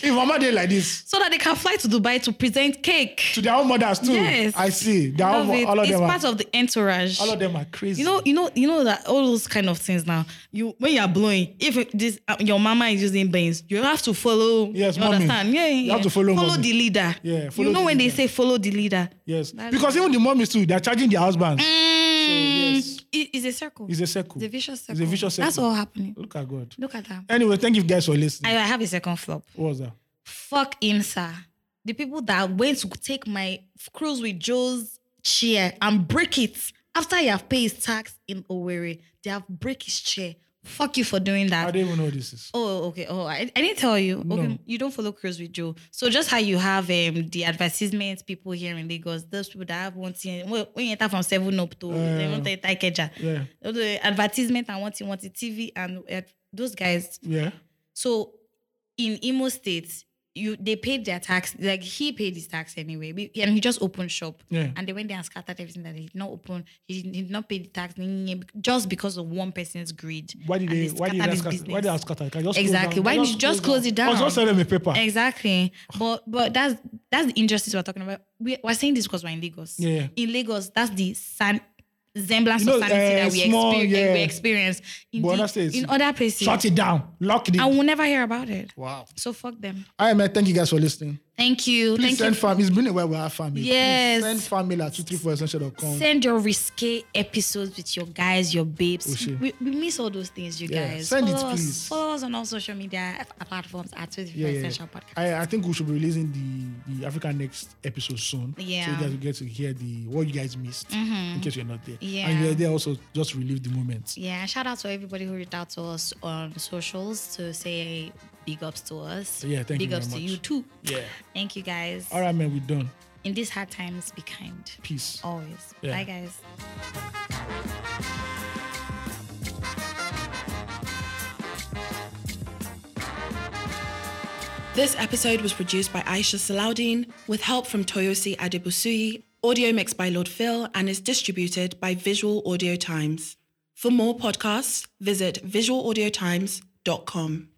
Speaker 2: if mama did like this
Speaker 3: So that they can fly to Dubai to present cake.
Speaker 2: to their own mothers too,
Speaker 3: Yes.
Speaker 2: I see. Their
Speaker 3: Love
Speaker 2: own,
Speaker 3: it.
Speaker 2: all of
Speaker 3: it's
Speaker 2: them
Speaker 3: part
Speaker 2: are
Speaker 3: of the entourage.
Speaker 2: all of them are crazy.
Speaker 3: You know, you know, you know that all those kind of things. Now, you when you are blowing, if this uh, your mama is using bangs, you have to follow.
Speaker 2: Yes,
Speaker 3: you
Speaker 2: mommy.
Speaker 3: understand? Yeah, yeah,
Speaker 2: You have
Speaker 3: yeah.
Speaker 2: to follow
Speaker 3: Follow
Speaker 2: mommy.
Speaker 3: the leader.
Speaker 2: Yeah,
Speaker 3: you
Speaker 2: follow
Speaker 3: know
Speaker 2: the
Speaker 3: when
Speaker 2: leader.
Speaker 3: they say follow the leader,
Speaker 2: yes,
Speaker 3: That's-
Speaker 2: because even the mummies too, they're charging their husbands. So yes,
Speaker 3: it- it's a circle.
Speaker 2: it's a circle.
Speaker 3: Mm. It's a vicious circle.
Speaker 2: It's a vicious circle.
Speaker 3: That's all happening.
Speaker 2: Look at God.
Speaker 3: Look at that.
Speaker 2: Anyway, thank you guys for
Speaker 3: I, I
Speaker 2: listening.
Speaker 3: have a second flop.
Speaker 2: what was that?
Speaker 3: Fuck IMSA. The people that went to take my cruise with Joe's chair and break it after you have paid his tax in Owerri. They have break his chair. Fuck you for doing that.
Speaker 2: I don't even know what this is.
Speaker 3: Oh, okay. Oh, I, I didn't tell you. Okay, you don't follow Cruise with Joe. So just how you have um the advertisements people here in Lagos, those people that have one thing when when you enter from seven up to they want to enter Ikeja.
Speaker 2: Yeah.
Speaker 3: Those, uh, advertisement and one thing, one thing, TV and uh, those guys.
Speaker 2: Yeah.
Speaker 3: So in Imo State, you they paid their tax. Like he paid his tax anyway, be- and he just opened shop.
Speaker 2: Yeah.
Speaker 3: And they went there and scattered everything that he did not open. He did- he did not pay the tax just because of one person's greed.
Speaker 2: Why did they?
Speaker 3: And
Speaker 2: Why did
Speaker 3: scattered
Speaker 2: they
Speaker 3: his
Speaker 2: scatter? Why
Speaker 3: business.
Speaker 2: did they scatter? Can you just close
Speaker 3: Exactly.
Speaker 2: down-
Speaker 3: Why didn't you just close it
Speaker 2: Or
Speaker 3: down?
Speaker 2: just sell them a paper.
Speaker 3: Exactly. But but that's that's the injustice we're talking about. We, we're saying this because we're in Lagos.
Speaker 2: Yeah.
Speaker 3: In Lagos, that's the san- semblance
Speaker 2: You know,
Speaker 3: of sanity
Speaker 2: eh,
Speaker 3: that we,
Speaker 2: small,
Speaker 3: experience,
Speaker 2: yeah.
Speaker 3: we experience in,
Speaker 2: But
Speaker 3: the-
Speaker 2: other states-
Speaker 3: in other places.
Speaker 2: Shut it down. Lock it.
Speaker 3: I
Speaker 2: in.
Speaker 3: will never hear about it.
Speaker 2: Wow.
Speaker 3: So fuck them.
Speaker 2: All right, man. Thank you guys for listening.
Speaker 3: Thank you.
Speaker 2: Please
Speaker 3: Thank
Speaker 2: send
Speaker 3: you.
Speaker 2: family. It's been a while we have family. Please
Speaker 3: Yes.
Speaker 2: Send family at 234essential.com.
Speaker 3: Send your risque episodes with your guys, your babes.
Speaker 2: Oshé.
Speaker 3: we, we miss all those things, you
Speaker 2: Oh, Yeah,
Speaker 3: guys.
Speaker 2: send it,
Speaker 3: follow us,
Speaker 2: please.
Speaker 3: Follow us on all social media platforms at Twitter
Speaker 2: Yeah, yeah.
Speaker 3: Essential Podcast.
Speaker 2: I, I think we should be releasing the, the Africa Next episode soon. So
Speaker 3: Yeah. Mm-hmm.
Speaker 2: you guys will get to hear the what you guys missed in case you're not there.
Speaker 3: Yeah.
Speaker 2: And you're there also just relive the moment.
Speaker 3: Yeah, and shout out to everybody who reached out to us on socials to say big ups to us.
Speaker 2: Yeah, thank you
Speaker 3: big
Speaker 2: very
Speaker 3: ups
Speaker 2: much.
Speaker 3: to you too.
Speaker 2: Yeah.
Speaker 3: Thank you guys.
Speaker 2: All right, man. We're done.
Speaker 3: In these hard times, be kind.
Speaker 2: Peace.
Speaker 3: Always.
Speaker 2: Yeah.
Speaker 3: Bye guys.
Speaker 1: This episode was produced by Aisha Salaudin with help from Toyosi Adebusui, audio mixed by Lord Phil, and is distributed by Visual Audio Times. For more podcasts, visit visualaudiotimes.com.